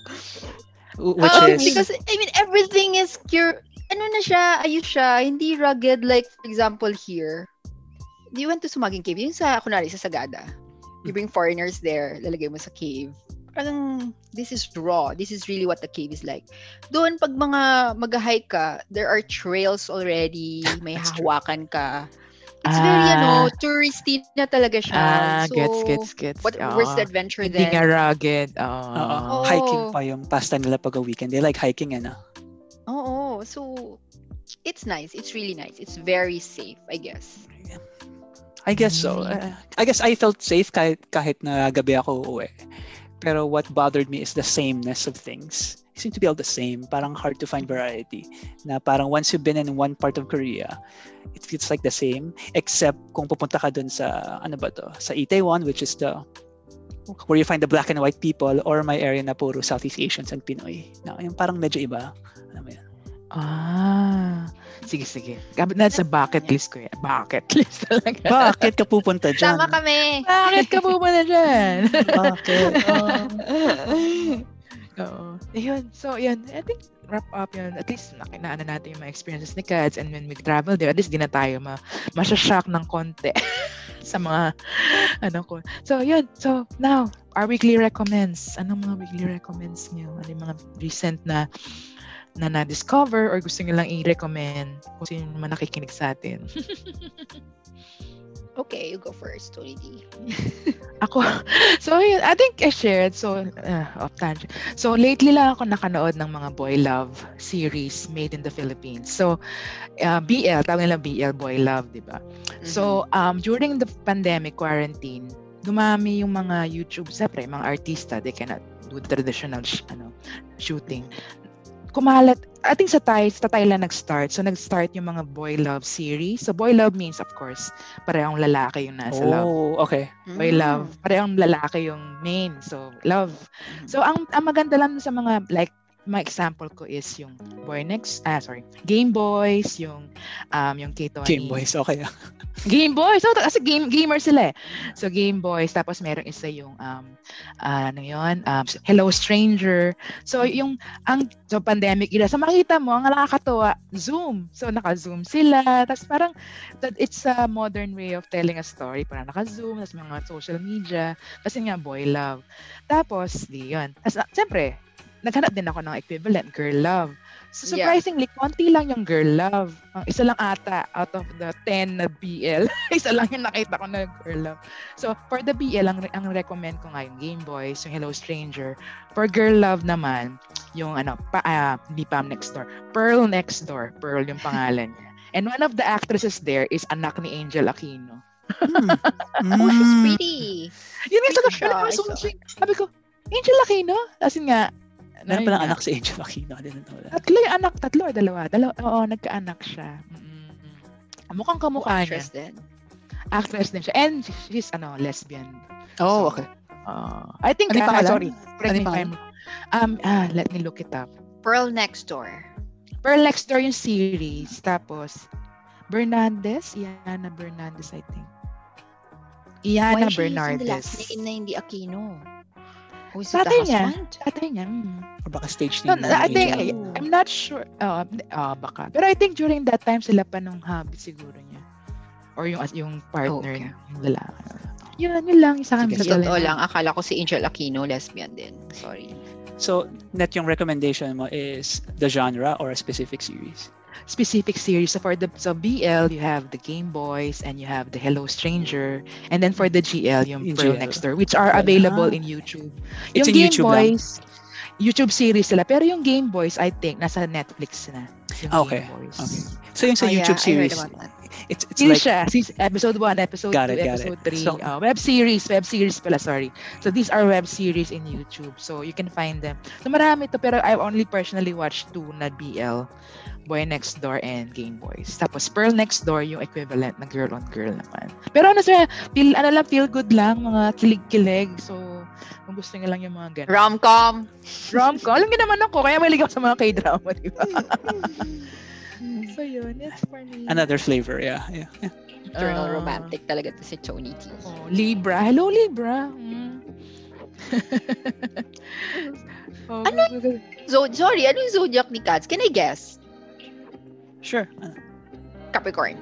S1: W- Which
S3: Um,
S1: is,
S4: Ah,
S3: Because,
S4: because
S3: I mean, everything is cure. Ano na siya, ayos siya, hindi rugged. Like, for example, here,
S4: you went to Sumaging Cave, yung sa, kunwari, sa Sagada. You bring foreigners there, lalagay mo sa cave. Parang, this is raw. This is really what the cave is like. Doon, pag mga mag-hike ka, there are trails already, may
S1: That's true.
S4: hahawakan ka. It's very,
S2: Ah.
S4: ano, touristy na talaga siya.
S2: Ah,
S4: so,
S2: gets, gets, gets.
S4: What,
S2: Oo.
S4: Where's the adventure
S2: Hindi
S4: then?
S2: nga rugged. Oo.
S1: Oo,
S2: Ah.
S4: Oh.
S1: hiking pa yung pasta nila pag a weekend. They like hiking, ano?
S4: Oo, so, it's nice. It's really nice. It's very safe, I guess.
S1: I guess so. Uh, I guess I felt safe kahit, kahit na gabi ako uuwi. Pero what bothered me is the sameness of things. It seemed to be all the same. Parang hard to find variety. Na parang once you've been in one part of Korea, it feels like the same. Except kung pupunta ka dun sa, ano ba to? Sa Itaewon, which is the where you find the black and white people or my area na puro Southeast Asians and Pinoy. Na, yung parang medyo iba. Alam mo yun?
S2: Ah. Sige, sige. Gabi na sa bucket list ko yan. Bucket list talaga.
S1: Bakit ka pupunta dyan?
S3: sama kami.
S2: Bakit ka pumunta dyan?
S1: Bakit?
S2: Oo. Ayun. So, yun. I think wrap up yun. At least nakinaanan natin yung mga experiences ni Kads and when we travel there, at least di na tayo ma masyashock ng konti sa mga ano ko. So, yun. So, now, our weekly recommends. Anong mga weekly recommends niyo? Ano yung mga recent na na na-discover or gusto nyo lang i-recommend kung sino naman nakikinig sa atin.
S4: Okay, you go first, Tony D.
S2: Ako, so yun, I think I shared, so, uh, off tangent. So, lately lang ako nakanood ng mga boy love series made in the Philippines. So, uh, BL, tawag nila BL, boy love, di ba?
S4: Mm-hmm.
S2: So, um, during the pandemic quarantine, dumami yung mga YouTube, syempre, mga artista, they cannot do traditional sh- ano, shooting. Kumalat, I think sa Thai, sa Thai lang nag-start. So, nag-start yung mga boy love series. So, boy love means, of course, parehong lalaki yung nasa love
S1: oh, okay.
S4: Mm-hmm.
S2: by love. Parehong lalaki yung main. So, love.
S1: Mm.
S2: So, ang, ang maganda lang sa mga, like, mga example ko is yung Boy Next, ah, sorry, Game Boys, yung, um, yung k
S1: Game Boys, okay.
S2: Game Boys. So, kasi game, gamer sila eh. So, Game Boys. Tapos, merong isa yung, um, ah, ano yun, um, Hello Stranger. So, yung, ang, so, pandemic era. So, makita mo, ang nakakatawa, Zoom. So, naka-Zoom sila. Tapos, parang, that it's a modern way of telling a story. Parang naka-Zoom, tapos mga social media. Kasi nga, boy love. Tapos, di yun. Tapos, na- siyempre, naghanap din ako ng equivalent, girl love. So,
S4: Yeah.
S2: surprisingly, konti lang yung girl love. Ang isa lang ata out of the 10 na BL. isa lang yung nakita ko na girl love. So, for the BL, ang, ang recommend ko nga yung Game Boys, yung Hello Stranger. For girl love naman, yung ano, pa, ah, hindi Pam Next Door, Pearl Next Door. Pearl yung pangalan niya. And one of the actresses there is anak ni Angel Aquino.
S1: Hmm.
S4: Oh, she's
S1: Hmm.
S4: pretty.
S2: Yun yung
S4: Pretty
S2: sabi ko,
S4: siya, I saw.
S2: sabi ko, Angel Aquino? As in nga, ano
S1: Meron
S2: yun
S1: palang
S2: nga,
S1: anak si Angel Aquino. Ano I didn't know that.
S2: Tatlo yung anak, tatlo or dalawa? Dalawa, oo, nagkaanak siya. Mm-mm. Ah, Mukhang kamukha niya.
S4: Actress then.
S2: Actress din siya. And she- she's, ano, lesbian.
S1: Oh,
S2: okay. Ah, I think,
S1: Ano yung
S2: ah,
S1: pangalan?
S2: sorry. Correct
S1: Ano
S2: me
S1: yung
S2: if I'm wrong. Um, ah, let me look it up.
S4: Pearl Next Door.
S2: Pearl Next Door yung series. Tapos, Bernandez? Iana Bernandez, I think. Iana
S4: is she using the last
S2: Bernardes.
S4: name na hindi Aquino? Who is
S2: Tatay
S4: it, the
S2: niya.
S4: husband?
S2: Tatay niya. mm.
S1: Or baka stage
S2: No,
S1: name.
S2: I
S1: ni
S2: think,
S1: Angel.
S2: I- I'm not sure. Oh, ah, baka. Pero I think during that time, sila pa nung habit siguro niya. Or yung, yung partner,
S4: okay.
S2: niya, yung lalaki. Yun, yun lang. Isa kami
S1: Sige,
S4: Sa totoo lang, akala ko si Angel Aquino, lesbian din. Sorry.
S1: So, net yung recommendation mo is the genre or a specific series.
S2: specific series. So for the so BL, you have the Game Boys and you have the Hello Stranger. And then for the GL, yung
S1: Yung GL.
S2: Pearl Next Door, which are
S1: Pearl.
S2: available
S1: Ah.
S2: in YouTube.
S1: It's in YouTube lang.
S2: Boys, YouTube series sila. Pero yung Game Boys, I think, nasa Netflix na. Yung
S1: Ah, okay.
S2: Game Boys.
S1: Okay. So, yung sa
S4: Oh, yeah,
S1: YouTube
S4: I heard
S1: series,
S4: about that.
S1: It's it's
S2: Yun
S1: like
S2: siya. Since episode 1, episode 2,
S1: Got it, got
S2: episode
S1: it.
S2: 3.
S1: So-
S2: uh, web series, web series pala, sorry. So these are web series in YouTube. So you can find them. So marami to, pero I've only personally watched two na BL. Boy Next Door and Game Boys. Tapos Pearl Next Door, yung equivalent na girl on girl naman. Pero ano sir, feel, ano lang, feel good lang, mga kilig-kilig. So, kung gusto nyo lang yung mga ganun.
S4: Rom-com.
S2: Rom-com. Alam nyo naman ako, kaya mahilig ako sa mga k-drama, di ba? so yun, that's for me.
S1: another flavor, yeah. yeah.
S4: Eternal
S2: Ah.
S4: romantic talaga to si Tony T.
S2: Oh, Libra. Hello, Libra. Mm. oh,
S4: Ano So, sorry, ano yung zodiac ni Cats? Can I guess?
S1: Sure. Ano,
S4: Capricorn.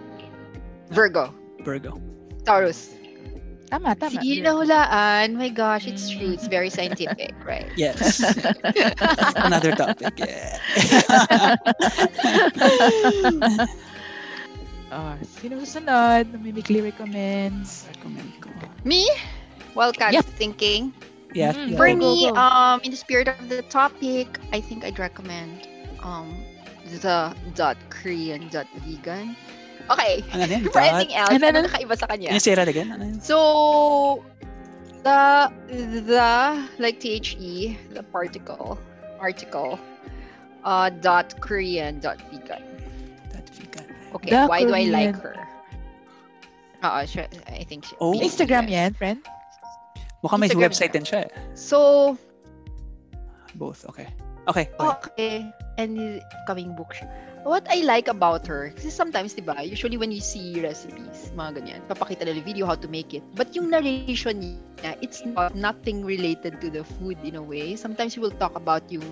S4: Virgo.
S1: Virgo.
S4: Taurus.
S2: Tama, tama.
S4: Sige,
S2: Libra.
S4: nahulaan. My gosh, it's true. It's very scientific, right?
S1: Yes. another topic. Yeah.
S2: Ah, sino susunod? Mimically recommends.
S1: Recommend ko.
S4: Me? Well, Cats,
S2: Yep.
S4: thinking.
S1: Yeah. yeah.
S2: Mm,
S4: For
S2: Go, go,
S4: me,
S2: go.
S4: um, in the spirit of the topic, I think I'd recommend um, the dot Korean dot vegan. Okay.
S1: Ano na yun?
S4: For anything else,
S2: Ano,
S4: ano
S2: ano?
S4: nakaiba sa kanya?
S1: Can you say that again? Ano yun?
S4: So the the like the the particle article uh dot Korean dot vegan.
S1: That vegan.
S4: Okay,
S2: The
S4: why do I like
S2: Korean.
S4: her? Oo, siya, I think siya.
S1: Oh.
S4: vegan
S2: Instagram
S4: siya.
S2: yan, friend?
S1: Mukhang may
S4: Instagram
S1: website din siya eh.
S4: So
S1: Both. Okay. Okay. okay.
S4: Oh, okay, and coming book siya. What I like about her, kasi sometimes, di ba, usually when you see recipes, mga ganyan, papakita nila video how to make it. But yung narration niya, it's not nothing related to the food in a way. Sometimes she will talk about yung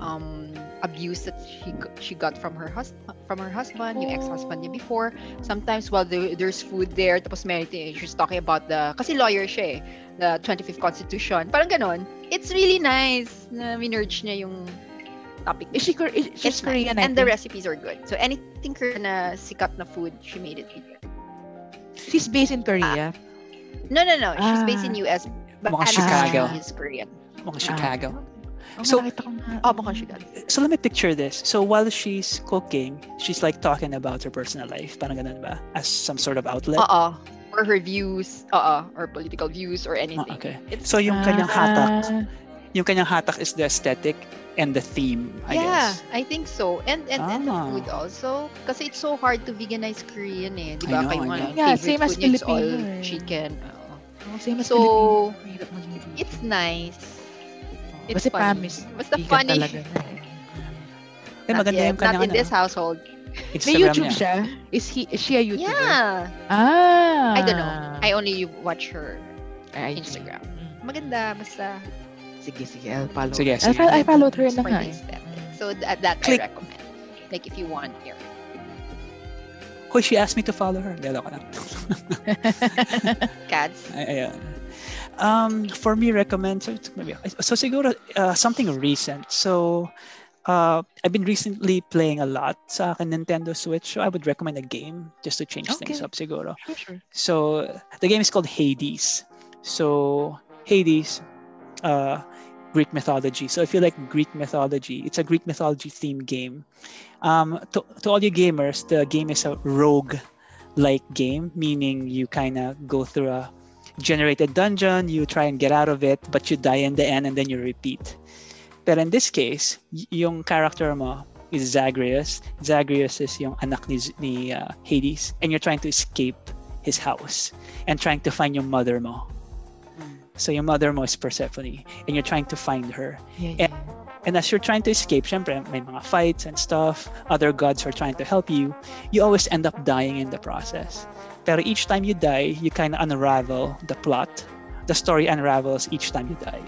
S4: um, abuse that she g- she got from her hus- from her husband, yung ex-husband niya before. Sometimes while there- there's food there, tapos may she's talking about the kasi lawyer siya eh, the 25th Constitution. Parang ganon. It's really nice na minerge niya yung topic.
S2: Is she, Kor- is, she's
S4: It's
S2: Korean,
S4: nice.
S2: I
S4: And the
S2: think.
S4: recipes are good. So anything Korean na sikat na food, she made it vegan.
S2: She's based in Korea.
S4: Ah. No, no, no. She's based in
S2: Ah.
S4: US. But
S1: Mukhang
S4: Anna
S1: Chicago.
S4: She is Korean. ah.
S1: Mukhang Chicago.
S2: Oh,
S1: So-
S2: nakita ko na.
S4: Oh, mukhang Chicago.
S1: So let me picture this. So while she's cooking, she's like talking about her personal life. Parang ganun ba? As some sort of outlet. Ah,
S4: Oo. Uh-uh. Or her views. Oo. Or political views or anything.
S1: Ah, okay.
S4: It's
S1: So yung kanyang
S2: Ah.
S1: hatak, yung kanyang hatak is the aesthetic and the theme, I
S4: yeah,
S1: guess.
S4: I think so. And and, and the
S1: Ah.
S4: food also. Kasi it's so hard to veganize Korean eh.
S1: I
S4: Di ba?
S1: know,
S4: Kayo
S1: I
S4: nga,
S1: know.
S2: Yeah,
S4: favorite
S2: same as
S4: food niyo, it's all
S2: Filipino eh.
S4: chicken. Oo.
S2: Oh, same as
S4: So,
S2: Filipino. Mahirap maging vegan.
S4: It's nice. It's
S2: Kasi
S4: funny.
S2: promise,
S4: Basta
S2: vegan
S4: funny.
S2: talaga na eh.
S1: Eh,
S4: Not
S1: maganda
S4: yet,
S1: yung kanyang
S4: Not in this household.
S1: ano,
S2: May
S1: Instagram
S2: YouTube
S1: niya.
S2: siya? Is, he, is she a YouTuber?
S4: Yeah.
S2: Ah.
S4: I don't know. I only watch her
S2: Ay, IG.
S4: Instagram.
S2: Mm.
S4: Maganda, basta.
S2: Sige, sige. I'll follow.
S1: Sige,
S2: I'll
S1: sige.
S2: fo- I followed her na
S4: for
S2: nga
S4: the
S2: eh.
S4: aesthetic. So that, that
S1: Click.
S4: I recommend. Like if you want here.
S1: Hoy, she asked me to follow her. Galo ka lang.
S4: Cats.
S1: Ay- Ayan. Um, for me, recommend, so, it's maybe, so siguro, uh, something recent. So, uh, I've been recently playing a lot sa akin Nintendo Switch. So, I would recommend a game just to change things
S2: Okay.
S1: up siguro.
S2: Sure, sure.
S1: So the game is called Hades. So Hades, uh, Greek mythology. So if you like Greek mythology, it's a Greek mythology themed game. Um, to, to all you gamers, the game is a rogue like game, meaning you kind of go through a generated dungeon, you try and get out of it, but you die in the end and then you repeat. Pero in this case, y- yung character mo is Zagreus. Zagreus is yung anak ni, Z- ni uh, Hades, and you're trying to escape his house and trying to find your mother mo. So your mother mo is Persephone and you're trying to find her.
S2: Yeah, yeah.
S1: And as you're trying to escape, syempre may mga fights and stuff, other gods are trying to help you, you always end up dying in the process. Pero each time you die, you kind of unravel the plot. The story unravels each time you die.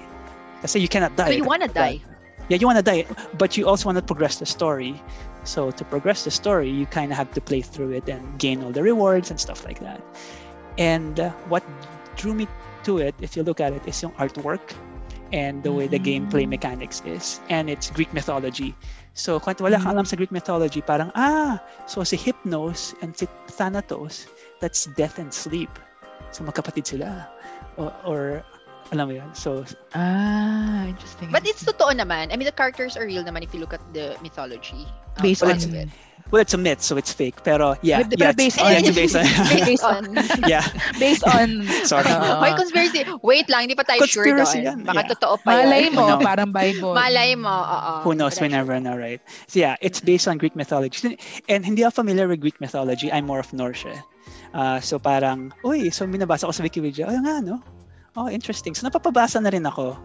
S1: Kasi you cannot die.
S4: So you wanna die.
S1: Yeah, you want to die, but you also want to progress the story. So to progress the story, you kind of have to play through it and gain all the rewards and stuff like that. And uh, what drew me to it, if you look at it, is yung artwork and the way the
S2: Mm.
S1: gameplay mechanics is. And it's Greek mythology. So kung wala kang alam sa Greek mythology, parang, ah, so si Hypnos and si Thanatos, that's death and sleep. So magkapatid sila. Or, or Alam mo yun? So,
S2: Ah, interesting.
S4: But it's totoo naman. I mean, the characters are real naman if you look at the mythology. Um,
S2: based
S1: well,
S2: on
S1: it's- well, it's a myth, so it's fake. Pero, yeah.
S2: But-
S1: yeah,
S2: but based
S1: it's- yeah,
S2: on-
S1: it's based on...
S2: based on
S1: yeah,
S2: based on
S1: sorry.
S2: Ah.
S4: Hoy, conspiracy. Wait lang, hindi pa tayo
S1: Conspiracy
S4: sure
S1: yan,
S4: doon. Baka
S1: yeah.
S4: totoo pa
S2: malay
S4: yun.
S2: mo
S1: Who knows?
S2: parang Bible.
S4: Malay mo, oo.
S1: Who knows? We never know, right? So yeah, it's based on Greek mythology. And hindi ako familiar with Greek mythology. I'm more of Norse. eh. Ah, so parang, uy, so minabasa ko sa Wikipedia. Ay, nga, no? Oh, interesting. So napapabasa na rin ako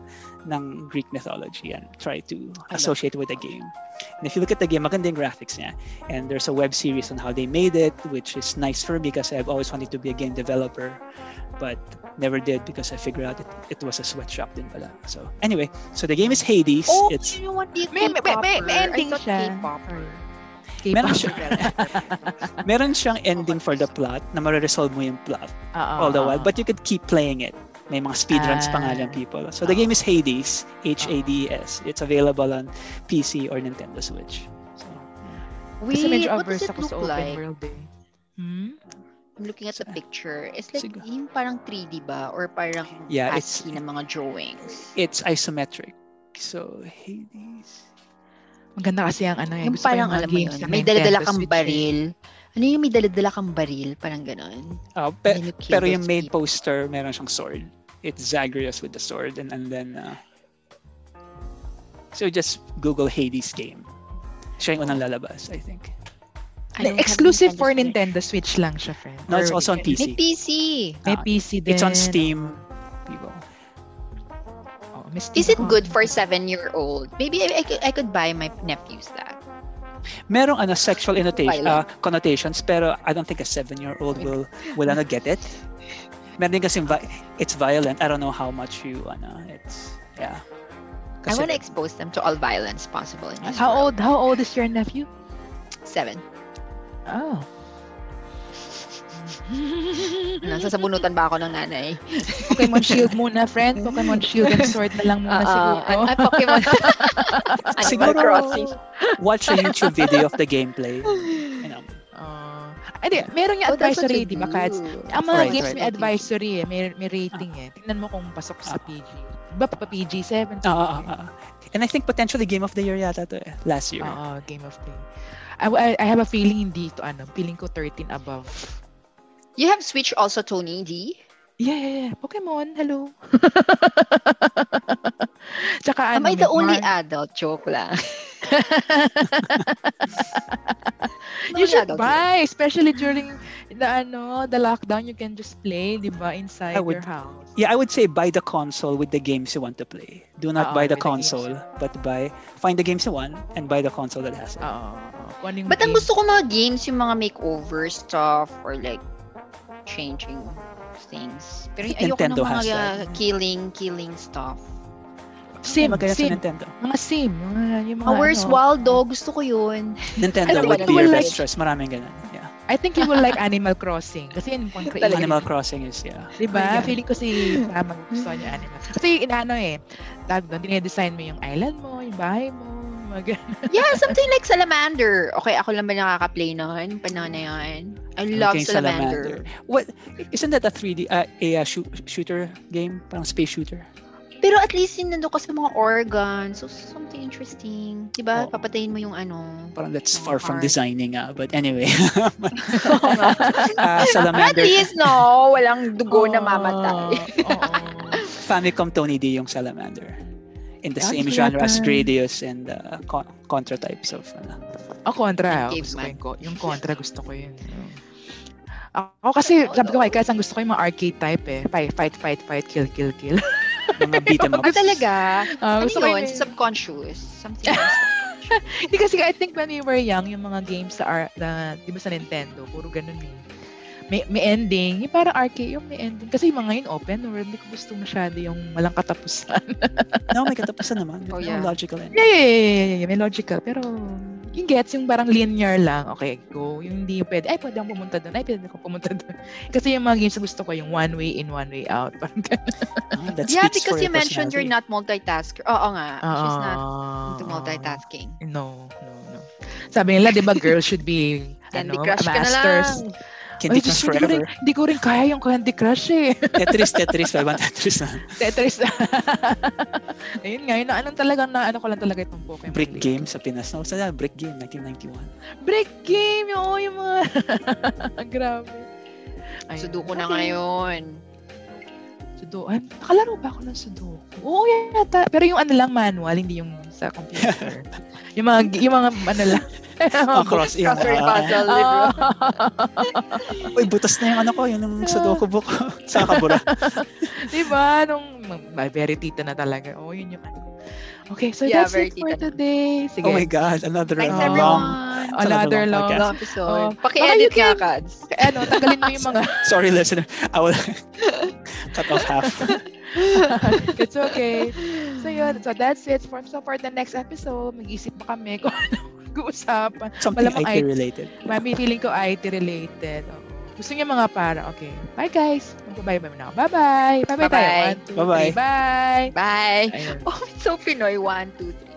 S1: ng Greek mythology and try to associate with the game. And if you look at the game, maganda yung graphics niya. And there's a web series on how they made it, which is nice for me because I've always wanted to be a game developer, but never did because I figured out it, it was a sweatshop din pala. So anyway, so the game is Hades.
S4: Oh,
S1: it's
S4: you want the
S2: May- may- may- may
S4: K-popper.
S2: ending
S4: I thought
S2: siya.
S4: K-popper.
S2: K-pop.
S1: Meron siya, meron siyang ending for the plot na mareresolve mo yung plot
S2: Oo,
S1: all the
S2: oo,
S1: while,
S2: oo.
S1: but you could keep playing it. May mga speedruns pa nga dyan,
S2: Ah.
S1: people. So the
S2: Oo.
S1: game is Hades, H-A-D-E-S. E It's available on PC or Nintendo Switch. So,
S2: Kasi
S4: Wait,
S2: medyo
S4: what does
S2: averse
S4: it
S2: ako sa
S4: look
S2: open
S4: like?
S2: world eh. Hmm?
S4: I'm looking at the
S1: Sa-
S4: picture. It's like,
S1: Sige.
S4: yung parang 3D ba? Or parang
S1: Yeah, it's-
S4: ASCII na mga drawings?
S1: it's isometric. So Hades.
S2: Maganda kasi ang ano eh.
S4: Yung
S2: gusto ko
S4: parang,
S2: mga
S4: alam mo
S2: games
S4: yun,
S2: na
S4: may daladala
S2: Nintendo
S4: kang
S2: Switch eh.
S4: baril. Ano yung may daladala kang baril? Parang Ano ganon.
S1: Ah, pe-
S4: And you kill
S1: pero
S4: those
S1: yung main
S4: people.
S1: poster, meron siyang sword. It's Zagreus with the sword and, and then uh, so just Google Hades game. Siya yung unang lalabas, I think.
S4: I don't have
S2: Exclusive for
S4: Nintendo Switch.
S2: Nintendo Switch lang siya, friend.
S1: No, it's
S2: Or-
S1: also on
S4: May
S1: PC.
S4: PC.
S2: May
S1: Ah,
S2: PC din. Oh,
S1: It's on Steam, people.
S2: Oo, may Steam
S4: Is it
S2: ako.
S4: good for seven-year-old? Maybe I, I, could, I could buy my nephews that.
S1: merong ano sexual annotation,
S4: Violent.
S1: uh, connotations pero I don't think a seven-year-old will will ano get it. Meron din kasi vi- it's violent. I don't know how much you ano it's yeah.
S4: I
S1: Kasi
S4: want to expose them to all violence possible. In this
S2: How old
S4: world.
S2: how old is your nephew?
S4: Seven.
S2: Oh.
S4: Nasa sabunutan Ano, ba ako ng nanay?
S2: Pokemon Shield muna, friend. Pokemon Shield and Sword na lang
S1: Uh-uh.
S2: muna
S4: Ah,
S2: siguro.
S4: ah, ah, Pokemon. Animal
S1: Siguro-
S4: Crossing.
S1: watch a YouTube video of the gameplay. You know,
S2: Oo. Ay, di, Ah. meron yung advisory, di ba, Kats? Ang mga
S1: Right,
S2: games
S1: right.
S2: may advisory eh. May, may rating eh. Tingnan mo kung pasok sa
S1: Ah.
S2: PG. Di ba pa PG? 7?
S1: Ah, ah, ah, ah. And I think potentially game of the year yata to eh, last year.
S2: Oo, Ah, Game of the I, I, I have a feeling hindi ito ano. Feeling ko 13 above.
S4: You have Switch also, Tony D.
S2: Yeah, yeah, yeah. Pokemon, hello. Tsaka
S4: Am
S2: ano,
S4: I the
S2: may
S4: only
S2: Mar-
S4: adult? Joke lang.
S2: You
S4: Only
S2: should
S4: adult
S2: buy, especially during the ano, the lockdown, you can just play, 'di ba, inside
S1: I would-
S2: your house.
S1: Yeah, I would say buy the console with the games you want to play. Do not
S2: Ah,
S1: buy the
S2: with the games.
S1: console, but buy find the games you want and buy the console that has it.
S2: Oo. oo. Kung ano yung
S4: But ang
S2: game.
S4: gusto ko mga games, yung mga makeover stuff or like changing things. Pero
S1: think
S4: yung ayoko
S1: Nintendo
S4: ng
S1: has
S4: mga
S1: that.
S4: killing, killing stuff.
S2: sim,
S1: Magaya sa
S2: sim,
S1: Nintendo.
S2: mga sim, mga yung mga
S4: Ah, where's
S2: ano.
S4: Waldo? Gusto ko yun.
S1: Nintendo
S4: Ano ba
S1: would
S4: yun?
S1: be your
S4: Wala-
S1: best choice. Maraming ganun. Yeah.
S2: I think you will like Animal Crossing kasi yun pang creative.
S4: Talaga. Oh
S1: Animal Crossing is yeah.
S2: 'Di ba?
S4: Talaga.
S2: Feeling ko si Pam gusto niya Animal. Kasi inaano eh, tag doon dinedesign mo yung island mo, yung bahay mo, mag
S4: Yeah, something like Salamander. Okay, ako lang ba nakaka-play nun? Panahon na yun. I love
S1: Okay,
S4: Salamander.
S1: What isn't that a 3D uh, a, uh, shoo- shooter game? Parang space shooter.
S4: Pero at least yun nandun ka sa mga organ. So, something interesting.
S1: Oo.
S4: Diba? Papatayin mo yung ano.
S1: Parang that's
S4: Oh,
S1: far from
S4: art.
S1: designing ah. But anyway,
S4: Oo nga.
S1: uh,
S4: Diba? At
S1: Salamander Oh.
S4: least, no. Walang dugo na mamatay.
S2: Oo.
S1: Famicom Tony D yung Salamander. In the
S4: Ah,
S2: Yan,
S1: same
S2: siya
S1: genre as
S2: pa.
S1: Gradius and uh, con- Contra types of ano.
S2: Ako Oh, kontra. Ako,
S4: Caveman.
S2: gusto ko yung, ko- yung kontra, gusto ko yun. Ako kasi, sabi ko kay Kaz, ang gusto ko yung mga arcade type eh. Fight, fight, fight, fight, kill, kill, kill.
S1: mga beat 'em up.
S4: Ah, talaga?
S2: Ah,
S4: Ano
S2: gusto ko
S4: yun?
S2: yun.
S4: Sa subconscious. Something else.
S2: Hindi kasi I think when we were young, yung mga games sa, ar- na, di ba sa Nintendo, puro ganun eh. May, may ending. Yung parang arcade, yung may ending. Kasi yung mga yun open world, hindi ko gusto masyado yung walang katapusan.
S1: no, may katapusan naman.
S4: Oh,
S1: There's
S4: yeah.
S1: no logical end.
S2: yeah, yeah, yeah, yeah, yeah, yeah, May logical. Pero, yung gets, yung parang linear lang. Okay, go. Yung hindi yung pwede, ay, pwede akong pumunta doon. Ay, pwede akong pumunta doon. Kasi yung mga games na gusto ko, yung one way in, one way out. Parang ganun.
S1: Ah, that
S4: yeah,
S1: speaks for
S4: because you
S1: your
S4: mentioned you're
S1: personality.
S4: not multitasker. Oo nga. She's not
S2: Ah,
S4: into multitasking.
S2: No, no, no. Sabi nila, di ba, girls should be,
S4: Candy
S2: ano,
S4: Crush ka na
S2: masters.
S4: lang.
S1: Candy
S2: Ay, Diyos
S1: Crush
S2: ko, hindi ko rin-
S1: Forever.
S2: Hindi ko rin kaya yung Candy Crush eh.
S1: Tetris, Tetris. Wala bang Tetris uh, na?
S2: Tetris. Ayun nga, yun, ang- anong talagang na, ano ko lang talaga itong Pokemon.
S1: Brick
S2: League.
S1: game sa Pinas. No, sana brick game, 1991.
S2: Brick game! Oo, yung mga... Grabe. Ayun.
S4: Sudoku na
S2: Okay.
S4: ngayon.
S2: Sudoku. Ay, Nakalaro ba ako ng Sudoku? Oo, yata. Pero yung ano lang manual, hindi yung sa computer. yung mga, yung mga ano lang.
S1: Oh, cross yun.
S4: Crossword puzzle, di ba?
S2: Oo.
S1: Uy, butas na yung ano ko, yun yung Sudoku book. sa kabura.
S2: diba? Nung ma- very tita na talaga. Oo, yun yung ano. Okay, so
S4: Yeah,
S2: that's
S4: very
S2: it for
S4: tita na.
S2: today. Sige.
S1: Oh my God, another
S4: Thanks
S1: long,
S4: everyone.
S1: Another
S2: Another
S1: long
S2: long.
S1: podcast.
S2: Oh.
S4: Long episode. Paki-edit
S2: Baka you
S4: nga,
S2: can-
S4: Kads.
S2: Okay, ano, tanggalin mo yung mga...
S1: Sorry, listener. I will cut off half.
S2: It's okay. So yun, so that's it. For, so for the next episode, mag-isip pa kami kung ano mag-uusapan.
S1: Something
S2: Malamang
S1: IT
S2: IT.
S1: related.
S2: Mami, feeling ko IT related. Oo. Gusto niya mga para, okay. Bye guys. Bye-bye muna ako. Bye-bye. Bye-bye tayo.
S4: Bye-bye.
S2: One, two,
S1: Bye-bye.
S2: three, bye.
S4: Bye.
S2: Ayun.
S4: Oh, it's so Pinoy. One, two, three.